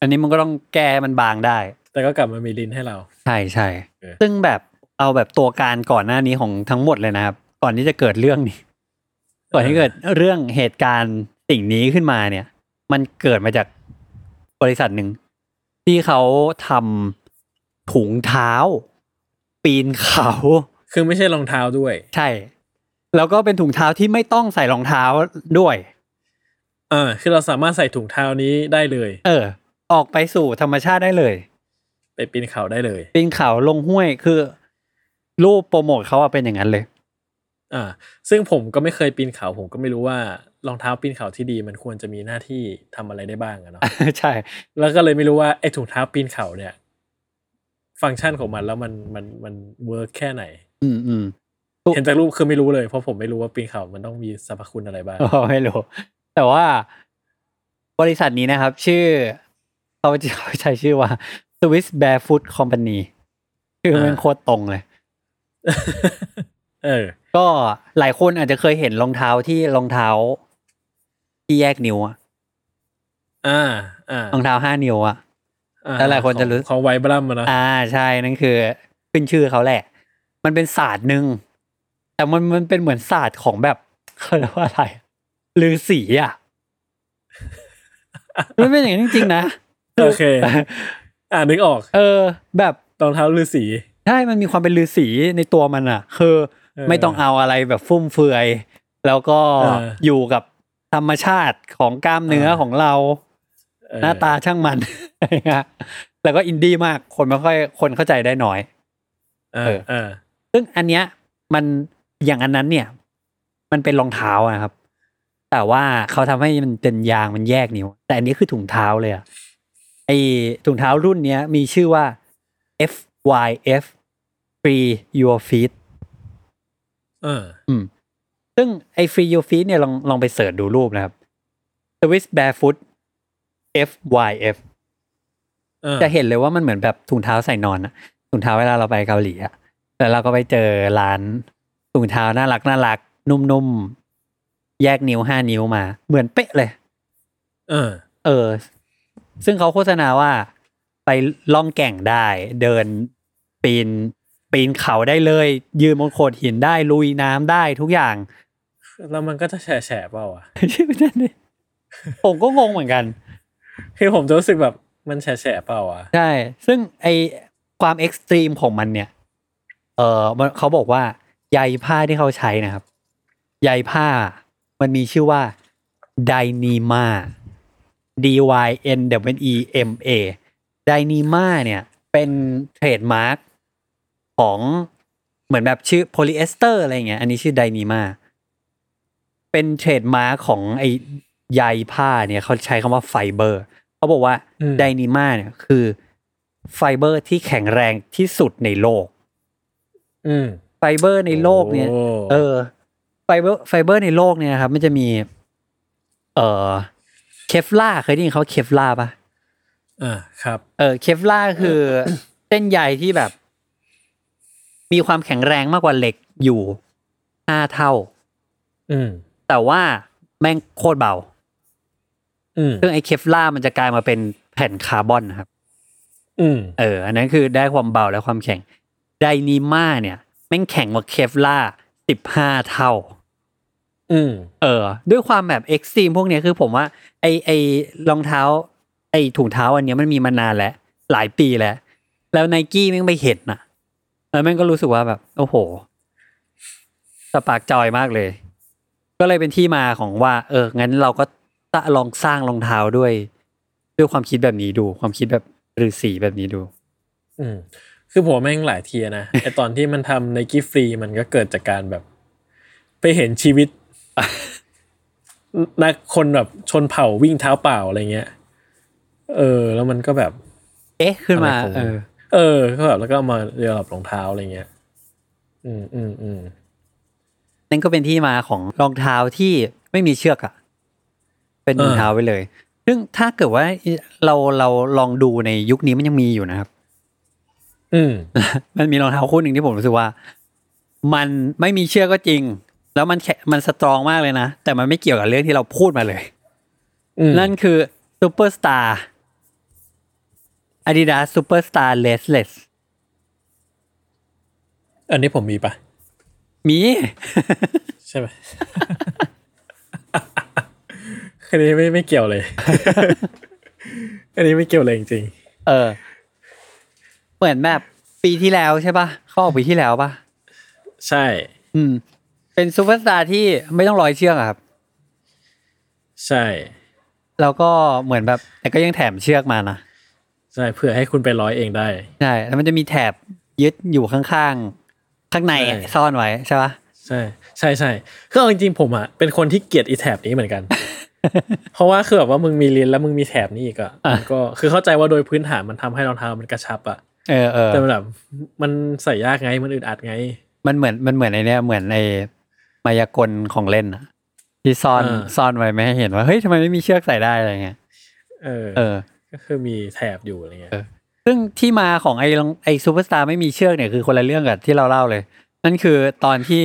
Speaker 2: อันนี้มันก็ต้องแก้มันบางได้
Speaker 3: แต่ก็กลับมามีลิ้นให้เรา
Speaker 2: ใช่ใช่
Speaker 3: เออ
Speaker 2: ซึ่งแบบเอาแบบตัวการก่อนหน้านี้ของทั้งหมดเลยนะครับ ก่อนที่จะเกิดเรื่องนี้ ก่อนที่เกิดเรื่องเหตุการณ์สิ่งนี้ขึ้นมาเนี่ย มันเกิดมาจากบริษัทหนึ่ง ที่เขาทำถุงเท้า ปีนเขา
Speaker 3: คือไม่ใช่รองเท้าด้วย
Speaker 2: ใช่ แล้วก็เป็นถุงเท้าที่ไม่ต้องใส่รองเท้าด้วย
Speaker 3: เออคือเราสามารถใส่ถุงเท้านี้ได้เลย
Speaker 2: เออ ออกไปสู่ธรรมชาติได้เลย
Speaker 3: ไปปีนเขาได้เลย
Speaker 2: ปีนเขาลงห้วยคือ รูปโปรโมทเขาอะเป็นอย่างนั้นเลย [LAUGHS]
Speaker 3: อ่า ซึ่งผมก็ไม่เคยปีนเขา ผมก็ไม่รู้ว่ารองเท้าปีนเขาที่ดีมันควรจะมีหน้าที่ทำอะไรได้บ้างอะเนาะ
Speaker 2: ใช่
Speaker 3: แล้วก็เลยไม่รู้ว่าไอ้ถุงเท้าปีนเขาเนี่ย ฟังก์ชันของมันแล้วมันมันมันเวิร์กแค่ไหน
Speaker 2: อืมอืม
Speaker 3: เห็นจากรูปคือไม่รู้เลยเพราะผมไม่รู้ว่าปีนเขามันต้องมีสรรพคุณอะไรบ้าง
Speaker 2: อ๋อไม่รู้ แต่ว่าบริษัทนี้นะครับ ชื่อเขาจะเขาใช้ชื่อว่า Swiss Barefoot Company ชื่อมัน
Speaker 3: อ่า
Speaker 2: โคตรตรงเลย
Speaker 3: [LAUGHS] เออ
Speaker 2: ก็หลายคนอาจจะเคยเห็นรองเท้าที่รองเท้า ที่แยกนิ้วอะ
Speaker 3: อ่า อ่าร
Speaker 2: องเท้าห้านิ้วอะ
Speaker 3: อ่
Speaker 2: แล้วหลายคนจะรู้
Speaker 3: ของของไวบรัมอะเนาะ
Speaker 2: อ่าใช่นั่นคือขึ้นชื่อเขาแหละ มันเป็นศาสตร์หนึ่งแต่มันมันเป็นเหมือนศาสตร์ของแบบเขาเรียกว่าอะไรฤาษีอ่ะ [LAUGHS] มันเป็นอย่างนั้นจริงๆนะ
Speaker 3: โอเค อ่านึกออก
Speaker 2: เออ แบบ
Speaker 3: รองเท้าฤาษี
Speaker 2: ใช่มันมีความเป็นฤาษีในตัวมันอ่ะ คือ
Speaker 3: เออ
Speaker 2: ไม่ต้องเอาอะไรแบบฟุ่มเฟือย แล้วก็
Speaker 3: เออ
Speaker 2: ออยู่กับธรรมชาติของกล้ามเนื้อ
Speaker 3: เออ
Speaker 2: ของเรา
Speaker 3: เออ
Speaker 2: หน้าตาช่างมัน [LAUGHS] แล้วก็อินดี้มากคนไม่ค่อยคนเข้าใจได้น้อย
Speaker 3: เออเออ
Speaker 2: ซึ่งอันเนี้ยมันอย่างอันนั้นเนี่ย มันเป็นรองเท้าอะครับ แต่ว่าเขาทำให้มันเป็นยางมันแยกนิ้ว แต่อันนี้คือถุงเท้าเลยอะไอถุงเท้ารุ่นเนี้ยมีชื่อว่า FYF Free Your Feet
Speaker 3: เออ
Speaker 2: ซึ่งไอ Free Your Feet เนี่ยลองลองไปเสิร์ชดูรูปนะครับ Swiss Barefoot FYF
Speaker 3: เออ
Speaker 2: จะเห็นเลยว่ามันเหมือนแบบถุงเท้าใส่นอนอะถุงเท้าเวลาเราไปเกาหลีอะแต่เราก็ไปเจอร้านถุงเท้าน่ารักน่ารัก นุ่มๆ แยกนิ้วห้านิ้วมา เหมือนเป๊ะเลย
Speaker 3: เออ
Speaker 2: เออ ซึ่งเขาโฆษณาว่าไปล่องแก่งได้ เดินปีน ปีนเขาได้เลย ยืนบนโขดหินได้ลุยน้ำได้ทุกอย่าง [LAUGHS]
Speaker 3: แล้วมันก็จะแฉะแฉะเปล่าวะ
Speaker 2: ชื่อนั่นเลยผมก็งงเหมือนกัน
Speaker 3: คือผมจะรู้สึกแบบมันแฉะแฉะเปล่าวะ
Speaker 2: ใช่ ซึ่งไอความเอ็กซ์ตรีมของมันเนี่ย เออมันเขาบอกว่าใยผ้าที่เขาใช้นะครับ ใยผ้ามันมีชื่อว่าไดนีมา D Y N W E M A ไดนีมาเนี่ยเป็นเทรดมาร์กของเหมือนแบบชื่อโพลีเอสเตอร์อะไรเงี้ย อันนี้ชื่อไดนีมา เป็นเทรดมาร์กของไอ ใยผ้าเนี่ยเขาใช้คำว่าไฟเบอร์เขาบอกว่า
Speaker 3: อืม
Speaker 2: ไดนิม่าเนี่ยคือไฟเบอร์ที่แข็งแรงที่สุดในโลก
Speaker 3: อืม
Speaker 2: ไฟเบอร์ในโลกเนี่ย
Speaker 3: โอ้
Speaker 2: เออไฟเบอร์ไฟเบอร์ในโลกเนี่ยนะครับ มันจะมี เออเคฟล่าเคยได้ยินเขาเคฟล่าปะ
Speaker 3: อ่าครับ
Speaker 2: เออเคฟล่าคือ [COUGHS] เส้นใยที่แบบ มีความแข็งแรงมากกว่าเหล็กอยู่ห้าเท่า
Speaker 3: อืม
Speaker 2: แต่ว่าแม่งโคตรเบา
Speaker 3: อืม
Speaker 2: ซึ่งไอเคฟล่ามันจะกลายมาเป็นแผ่นคาร์บอนนะครับ
Speaker 3: อืม
Speaker 2: เออ อันนั้นคือได้ความเบาและความแข็ง ไดนีมาเนี่ย แม่งแข็งกว่าเคฟล่าสิบห้าเท่า
Speaker 3: อืม
Speaker 2: เออ ด้วยความแบบเอ็กซ์ตรีมพวกเนี้ยคือผมว่า ไอไอรองเท้า ไอถุงเท้าอันเนี้ยมันมีมานานแล้ว หลายปีแล้ว แล้วไนกี้แม่งไปเห็นน่ะ แล้วแม่งก็รู้สึกว่าแบบ โอ้โห สปาร์กจอยมากเลย ก็เลยเป็นที่มาของว่า เออ งั้นเราก็ตะลองสร้างรองเท้าด้วย ด้วยความคิดแบบนี้ดู ความคิดแบบฤาษีแบบนี้ดู
Speaker 3: อืมคือผมว่าแม่งหลายเทียนะ [LAUGHS] ไอตอนที่มันทำในกิฟรีมันก็เกิดจากการแบบ ไปเห็นชีวิต [LAUGHS] นักคนแบบชนเผ่าวิ่งเท้าเปล่าอะไรเงี้ย เออ แล้วมันก็แบบ
Speaker 2: เอ๊ะ ขึ้นมา
Speaker 3: อะไรของ
Speaker 2: เออ
Speaker 3: เออก็แบบแล้วก็เอามาเรียบรองเท้าอะไรเงี้ย อืมอืมอืม
Speaker 2: นั่นก็เป็นที่มาของรองเท้าที่ไม่มีเชือกอะเป็นรองเท้าไปเลย ซึ่งถ้าเกิดว่าเราเราลองดูในยุคนี้มันยังมีอยู่นะครับ
Speaker 3: อืม
Speaker 2: มันมีรองเท้าคู่หนึ่งที่ผมรู้สึกว่า มันไม่มีเชือกก็จริง แล้วมันแข็งมันสตรองมากเลยนะ แต่มันไม่เกี่ยวกับเรื่องที่เราพูดมาเลย
Speaker 3: อืม
Speaker 2: นั่นคือซูเปอร์สตาร์อาดิดาซูเปอร์สตาร์เลสเลส
Speaker 3: อันนี้ผมมีปะ
Speaker 2: มี
Speaker 3: ใช่ไหม [LAUGHS] อันนี้ไม่ไม่เกี่ยวเลย [LAUGHS] อันนี้ไม่เกี่ยวเลยจริง
Speaker 2: เออ เหมือนแบบปีที่แล้วใช่ปะเขาออกปีที่แล้วปะ
Speaker 3: ๆใช่
Speaker 2: อืม เป็นซูเปอร์สตาร์ที่ไม่ต้องร้อยเชือกอะครับ
Speaker 3: ใช่
Speaker 2: แล้วก็เหมือนแบบแต่ก็ยังแถมเชือกมานะ
Speaker 3: ใช่เพื่อให้คุณไปร้อยเองได้
Speaker 2: ใช่แล้วมันจะมีแถบยึดอยู่ข้างๆ ข้างใน
Speaker 3: ใช่
Speaker 2: ซ่อนไว้ใช่ปะ
Speaker 3: ใช่ใช่ใช่คือเอาจริงๆผมอ่ะเป็นคนที่เกลียดอีแถบนี้เหมือน [LAUGHS] กัน เพราะว่าคือแบบว่ามึงมีลิ้นแล้วมึงมีแถบนี้อีกอ่ะมันก็คือเข้าใจว่าโดยพื้นฐานมันทำให้รองเท้ามันกระชับอ่ะ
Speaker 2: เออเออ
Speaker 3: แต่มันแบบมันใส่ยากไงมันอึดอัดไง
Speaker 2: มันเหมือนมันเหมือนไอเนี้ยเหมือนไอมายากลของเล่นอะที่ซ่อน
Speaker 3: อ่า
Speaker 2: ซ่อนไว้ไม่ให้เห็นว่าเฮ้ยทำไมไม่มีเชือกใส่ได้อะไรเงี้ย
Speaker 3: เออ
Speaker 2: เออ
Speaker 3: ก็คือมีแถบอยู่อะไรเงี้ย
Speaker 2: เออ ซึ่งที่มาของไอรองไอซูเปอร์สตาร์ไม่มีเชือกเนี่ยคือคนละเรื่องกับที่เราเล่าเลย นั่นคือตอนที่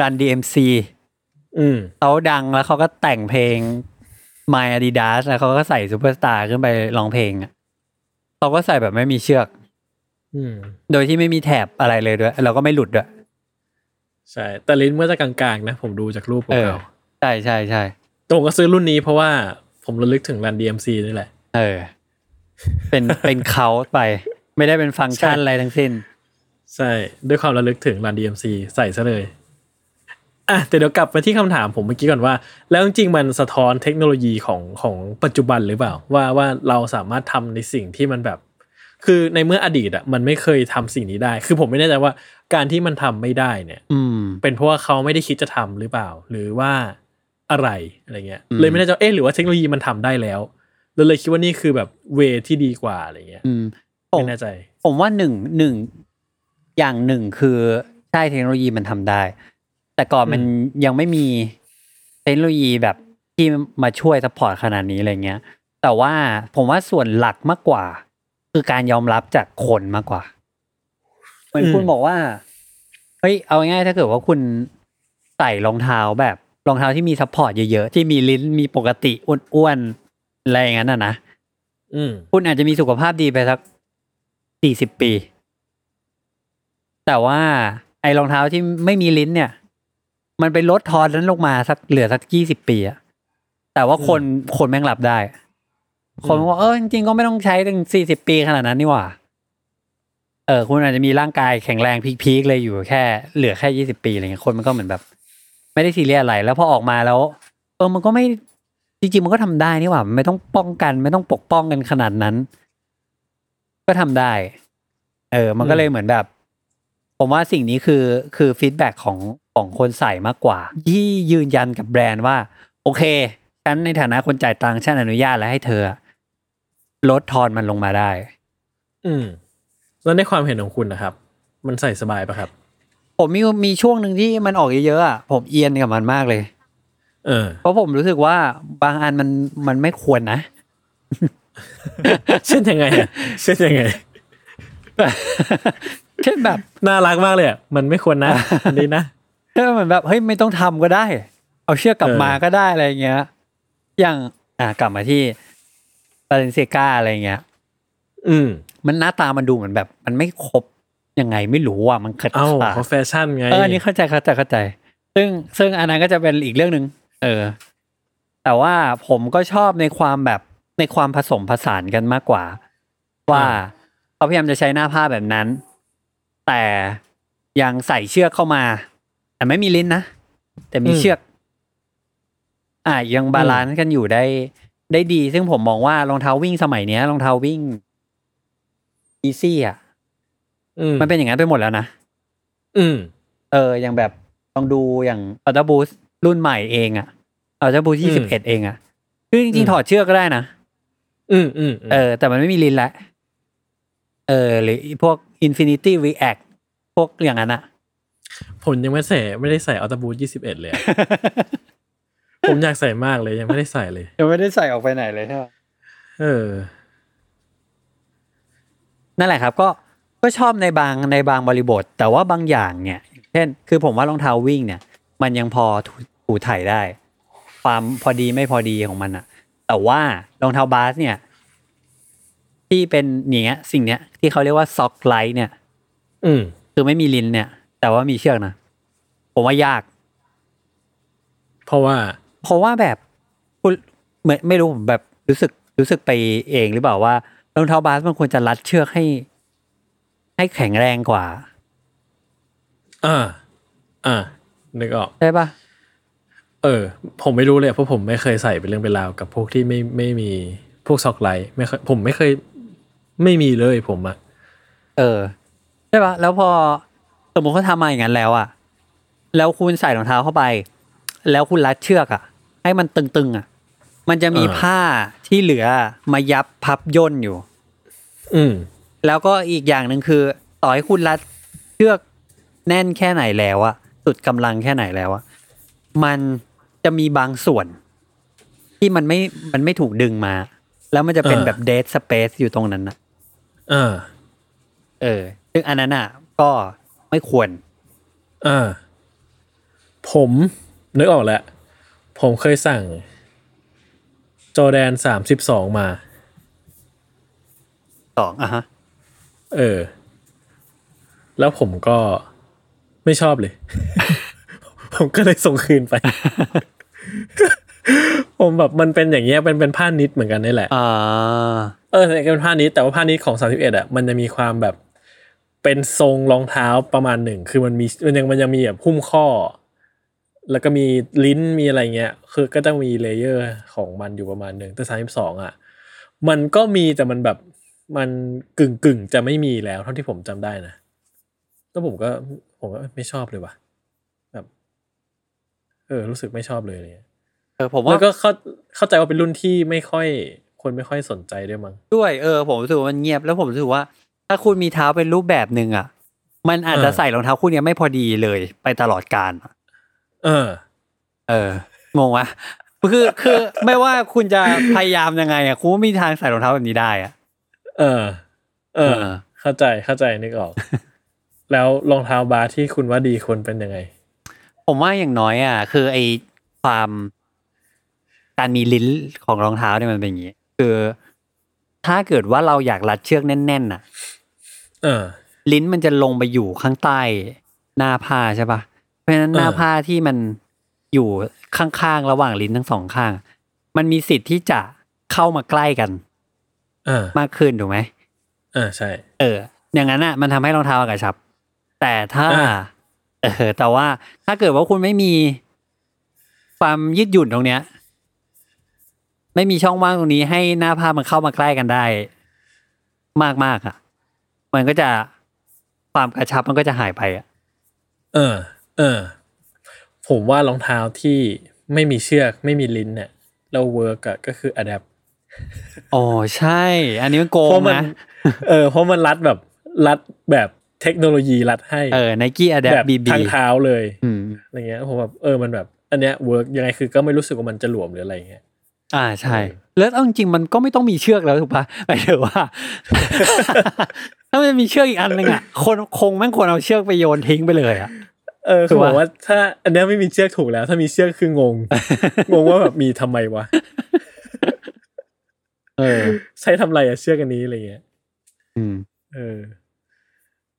Speaker 2: รันดีเอ็มซี
Speaker 3: อืม
Speaker 2: เขาดังแล้วเขาก็แต่งเพลง My Adidas แล้วเขาก็ใส่ซูเปอร์สตาร์ขึ้นไปร้องเพลงอะเขาก็ใส่แบบไม่มีเชือก
Speaker 3: อืม
Speaker 2: โดยที่ไม่มีแถบอะไรเลยด้วย เราก็ไม่หลุดด้วย
Speaker 3: ใช่แต่ลิ้นมันก็จะกลางๆนะ ผมดูจากรูปขอ
Speaker 2: เอง อ
Speaker 3: เขา
Speaker 2: ใช่ใช่ใช่
Speaker 3: ตรงก็ซื้อรุ่นนี้เพราะว่าผมระลึกถึงรันดีเอ็มซีนี่แหละ
Speaker 2: เออ เป็นเป็นเขาไป ไม่ได้เป็นฟังก์ชัน
Speaker 3: ใช่
Speaker 2: อะไรทั้งสิ้น
Speaker 3: ใช่ ด้วยความระลึกถึงรันดีเอ็มซีใส่ซะเลยอ่ะแต่เดี๋ยวกลับมาที่คำถามผมเมื่อกี้ก่อนว่า แล้วจริงๆมันสะท้อนเทคโนโลยีของของปัจจุบันหรือเปล่า ว่าว่าเราสามารถทำในสิ่งที่มันแบบ คือในเมื่ออดีตอ่ะมันไม่เคยทำสิ่งนี้ได้ คือผมไม่แน่ใจว่าการที่มันทำไม่ได้เนี่ย
Speaker 2: อืม
Speaker 3: เป็นเพราะว่าเขาไม่ได้คิดจะทำหรือเปล่า หรือว่าอะไรอะไรเงี้ย
Speaker 2: อืม
Speaker 3: เลยไม่แน่ใจว่าเอ๊ะหรือว่าเทคโนโลยีมันทำได้แล้วแล้วเลยคิดว่านี่คือแบบเวที่ดีกว่าอะไรเงี้ย
Speaker 2: อืม ผม
Speaker 3: ไม่แน่ใจ
Speaker 2: ผมว่าหนึ่งหนึ่งอย่างหนึ่งคือใช่เทคโนโลยีมันทำได้ แต่ก่อนมัน
Speaker 3: อื
Speaker 2: ยังไม่มีเทคโนโลยีแบบที่มาช่วยสปอร์ตขนาดนี้อะไรเงี้ย แต่ว่าผมว่าส่วนหลักมากกว่า คือการยอมรับจากคนมากกว่า เหมือนคุณบอกว่าเฮ้ยเอาง่ายๆถ้าเกิดว่าคุณใส่รองเท้าแบบรองเท้าที่มีซัพพอร์ตเยอะๆที่มีลิ้นมีปกติอ้วนๆอะไรอย่างนั้นนะนะ
Speaker 3: อืม
Speaker 2: คุณอาจจะมีสุขภาพดีไปสักสี่สิบปี แต่ว่าไอ้รองเท้าที่ไม่มีลิ้นเนี่ย มันไปลดทอนนั้นลงมาสักเหลือสักยี่สิบปีอะแต่ว่าคนคนแม่งรับได้ คนบอกว่าเออจริงๆก็ไม่ต้องใช้ถึงสี่สิบปีขนาดนั้นนี่หว่า เออ คุณอาจจะมีร่างกายแข็งแรงพีคๆเลยอยู่แค่ เหลือแค่ยี่สิบปีอะไรเงี้ยคนมันก็เหมือนแบบ ไม่ได้ซีเรียสอะไร แล้วพอออกมาแล้ว เออมันก็ไม่จริงๆมันก็ทำได้นี่หว่ามันไม่ต้องป้องกัน ไม่ต้องปกป้องกันขนาดนั้น ก็ทำได้ เออ มันก็
Speaker 3: อืม
Speaker 2: เลยเหมือนแบบ ผมว่าสิ่งนี้คือคือฟีดแบ็ของของคนใส่มากกว่า ที่ยืนยันกับแบรนด์ว่า โอเค ฉัน ฉันในฐานะคนจ่ายตังค์ฉันอนุญาตแล้วให้เธอ ลดทอนมันลงมาได้
Speaker 3: อืม แล้วในความเห็นของคุณนะครับ มันใส่สบายปะครับ
Speaker 2: ผมมีมีช่วงหนึ่งที่มันออกเยอะๆอะผมเอียนกับมันมากเลย
Speaker 3: เออ
Speaker 2: เพราะผมรู้สึกว่าบางอันมันมันไม่ควรนะ [LAUGHS]
Speaker 3: เช่นยังไงอะเช่นยังไง
Speaker 2: เช่นแบบ
Speaker 3: น่ารักมากเลยอะมันไม่ควร
Speaker 2: [LAUGHS]
Speaker 3: นะอันนี้นะ
Speaker 2: เช่นเหมือนแบบเฮ้ยไม่ต้องทำก็ได้ เอาเชือกกลับ
Speaker 3: เออ
Speaker 2: มาก็ได้อะไรอย่างเงี้ย อย่างอ่ากลับมาที่บาเลนเซยกาอะไรอย่างเงี้ย
Speaker 3: อืม
Speaker 2: มันหน้าตามันดูเหมือนแบบ มันไม่ครบยังไงไม่รู้อ่ะมันขัด
Speaker 3: เอ้า
Speaker 2: ขาด
Speaker 3: เขาแฟชั่นไง
Speaker 2: เอออันนี้เข้าใจเข้าใจเข้าใจ ซึ่งซึ่งอันนั้นก็จะเป็นอีกเรื่องหนึ่งเออ แต่ว่าผมก็ชอบในความแบบในความผสมผสานกันมากกว่า ว่าเขาพยายามจะใช้หน้าผ้าแบบนั้น แต่ยังใส่เชือกเข้ามาแต่ไม่มีลิ้นนะ แต่มี
Speaker 3: อืม
Speaker 2: เชือก อ่ะยังบาลานซ์กันอยู่ได้ ได้ดี ซึ่งผมมองว่ารองเท้าวิ่งสมัยเนี้ยรองเท้าวิ่งอีซี่อ่ะมันเป็นอย่างนั้นไปหมดแล้วนะ
Speaker 3: อืม
Speaker 2: เอออย่างแบบลองดูอย่างอัลตบูสรุ่นใหม่เองอะอัลตบูส
Speaker 3: อื
Speaker 2: ยี่สิ
Speaker 3: ม
Speaker 2: บเอ็ดเองอะคือจริง
Speaker 3: อืม
Speaker 2: ๆถอดเชือกก็ได้นะ
Speaker 3: อืมอืมม
Speaker 2: เออ แต่มันไม่มีลิ้นละเออ หรือพวก Infinity React พวกอย่างนั้นอะ
Speaker 3: ผมยังไม่ใส่ไม่ได้ใส่ออตบูทยี่สิบเอ็ดเลยอะ ผมอยากใส่มากเลยยังไม่ได้ใส่เลย
Speaker 2: ยังไม่ได้ใส่ออกไปไหนเลยใช่ไหม
Speaker 3: เออ
Speaker 2: นั่นแหละครับ ก็ก็ชอบในบางในบางบริบท แต่ว่าบางอย่างเนี่ยอย่างเช่น คือผมว่ารองเท้าวิ่งเนี่ย มันยังพอถูถูถ่ายได้ ความพอดีไม่พอดีของมันอะแต่ว่ารองเท้าบาสเนี่ย ที่เป็นอย่างเงี้ยสิ่งเนี้ยที่เขาเรียกว่าซ็อกไลท์เนี่ย
Speaker 3: อืม
Speaker 2: คือไม่มีลิ้นเนี่ย แต่ว่ามีเชือกนะผมว่ายาก
Speaker 3: เพราะว่า
Speaker 2: เพราะว่าแบบคุณเหมือนไม่รู้ผมแบบรู้สึกรู้สึกไปเองหรือเปล่าว่ารองเท้าบาสมันควรจะรัดเชือกให้ ให้แข็งแรงกว่า
Speaker 3: อ่า อ่านึกออก
Speaker 2: ใช่ปะ
Speaker 3: เออ ผมไม่รู้เลยอะเพราะผมไม่เคยใส่เป็นเรื่องเป็นราวกับพวกที่ไม่ไม่มีพวกซอกไลท์ไม่เคยผมไม่เคย ไม่มีเลยผมอะ
Speaker 2: เออใช่ปะแล้วพอสมมติเขาทำมาอย่างนั้นแล้วอะแล้วคุณใส่รองเท้าเข้าไป แล้วคุณรัดเชือกอะให้มันตึงๆอะมันจะมีผ้าที่เหลือมายับพับย่นอยู่
Speaker 3: อืม
Speaker 2: แล้วก็อีกอย่างหนึ่งคือ ต่อให้คุณรัดเชือกแน่นแค่ไหนแล้วอะสุดกำลังแค่ไหนแล้วอะมันจะมีบางส่วน ที่มันไม่มันไม่ถูกดึงมา แล้วมันจะเป็น
Speaker 3: เออ
Speaker 2: แบบเด d สเปซอยู่ตรงนั้นนะ
Speaker 3: อ่า
Speaker 2: เออ ซึ่งอันนั้นอะก็ไม่ควร
Speaker 3: อ่า ผมนึกออกแล้ว ผมเคยสั่ง จอแดนสามสิบสองมา
Speaker 2: สองอ่ะฮะ
Speaker 3: เออ แล้วผมก็ไม่ชอบเลย [LAUGHS] ผมก็เลยส่งคืนไป [LAUGHS] ผมแบบมันเป็นอย่างเงี้ยเป็นเป็นผ้านิดเหมือนกันนี่แหละ
Speaker 2: อ่า
Speaker 3: เออแต่เป็นผ้านิดแต่ว่าผ้านิดของสามสิบเอ็ดอ่ะมันจะมีความแบบเป็นทรงรองเท้าประมาณหนึ่ง คือมันมีมันยังมันยังมีแบบหุ้มข้อ แล้วก็มีลิ้นมีอะไรเงี้ย คือก็จะมีเลเยอร์ของมันอยู่ประมาณหนึ่งแต่สามสิบสองอ่ะ มันก็มีแต่มันแบบมันกึ่งกึ่งๆจะไม่มีแล้วเท่าที่ผมจำได้นะแล้วผมก็ผมก็ไม่ชอบเลยว่ะแบบเออรู้สึกไม่ชอบเลยอะไรเลย
Speaker 2: เออ ผม
Speaker 3: แล้
Speaker 2: ว่าว
Speaker 3: ก็เข้าเข้าใจว่าเป็นรุ่นที่ไม่ค่อยคนไม่ค่อยสนใจด้วยมั้ง
Speaker 2: ด้วย เออ ผมรู้สึกว่ามันเงียบแล้วผมรู้สึกว่า ถ้าคุณมีเท้าเป็นรูปแบบหนึ่งอะมันอาจจะ
Speaker 3: เออ
Speaker 2: ใส่รองเท้าคู่เนี้ยไม่พอดีเลย ไปตลอดการ
Speaker 3: เออ
Speaker 2: เอองงวะคือคือ ไม่ว่าคุณจะพยายามยังไงอ่ะคุณไม่มีทางใส่รองเท้าแบบนี้ได้อ่ะ
Speaker 3: เออ เออ
Speaker 2: เออ
Speaker 3: เข้าใจ เข้าใจ นึก
Speaker 2: [LAUGHS]
Speaker 3: ออก แล้วรองเท้าบาสที่คุณว่าดีควรเป็นยังไง
Speaker 2: ผมว่าอย่างน้อยอ่ะ คือไอความการมีลิ้นของรองเท้าเนี่ยมันเป็นอย่างนี้คือ ถ้าเกิดว่าเราอยากรัดเชือกแน่นๆน่ะ
Speaker 3: เออ
Speaker 2: ลิ้นมันจะลงไปอยู่ข้างใต้หน้าผ้าใช่ปะเพราะฉะนั้น
Speaker 3: เออ
Speaker 2: หน้าผ้าที่มันอยู่ข้างๆระหว่างลิ้นทั้งสองข้าง มันมีสิทธิ์ที่จะเข้ามาใกล้กัน
Speaker 3: เออ
Speaker 2: มากขึ้นถูกไหม
Speaker 3: เออใช่
Speaker 2: เออ อย่างนั้นอ่ะ มันทำให้รองเท้ากระชับ แต่ถ้า
Speaker 3: อ่า
Speaker 2: เออ แต่ว่าถ้าเกิดว่าคุณไม่มีความยืดหยุ่นตรงเนี้ย ไม่มีช่องว่างตรงนี้ให้หน้าผ้ามันเข้ามาใกล้กันได้ มากมากๆอ่ะ มันก็จะความกระชับมันก็จะหายไปอ่ะ
Speaker 3: เออ เออ ผมว่ารองเท้าที่ไม่มีเชือก ไม่มีลิ้นเนี่ย แล้วเวิร์กอะก็คืออัดแอป
Speaker 2: อ๋อใช่ อันนี้มันโกง
Speaker 3: เพราะมัน
Speaker 2: นะ
Speaker 3: เออเพราะมันรัดแบบรัดแบบเทคโนโลยีรัดให้
Speaker 2: เออไนกี้อะแดป
Speaker 3: แบบ
Speaker 2: บีบี
Speaker 3: ทางเท้าเลย
Speaker 2: อืม
Speaker 3: อะไรเงี้ยผมแบบเออมันแบบ อันเนี้ยเวิร์กยังไงคือก็ไม่รู้สึกว่ามันจะหลวมหรืออะไรเงี้ย
Speaker 2: อ่าใช่
Speaker 3: เออ
Speaker 2: แล้วเอาจริงๆมันก็ไม่ต้องมีเชือกแล้วถูกปะ [LAUGHS] หมายถึงว่า ถ้ามันมีเชือกอีกอันหนึ่งอ่ะคนคงแม่งควรเอาเชือกไปโยนทิ้งไปเลยอ่ะ
Speaker 3: เออคือ
Speaker 2: ถูก
Speaker 3: บ
Speaker 2: ปะ
Speaker 3: อกว่าถ้าอันเนี้ยไม่มีเชือกถูกแล้ว ถ้ามีเชือกคือง
Speaker 2: [LAUGHS]
Speaker 3: ง งงว่าแบบมีทำไมวะ
Speaker 2: เออ
Speaker 3: ใช้ทำอะไรอะเชือกอันนี้อะไรเงี้ย
Speaker 2: อืม
Speaker 3: เออ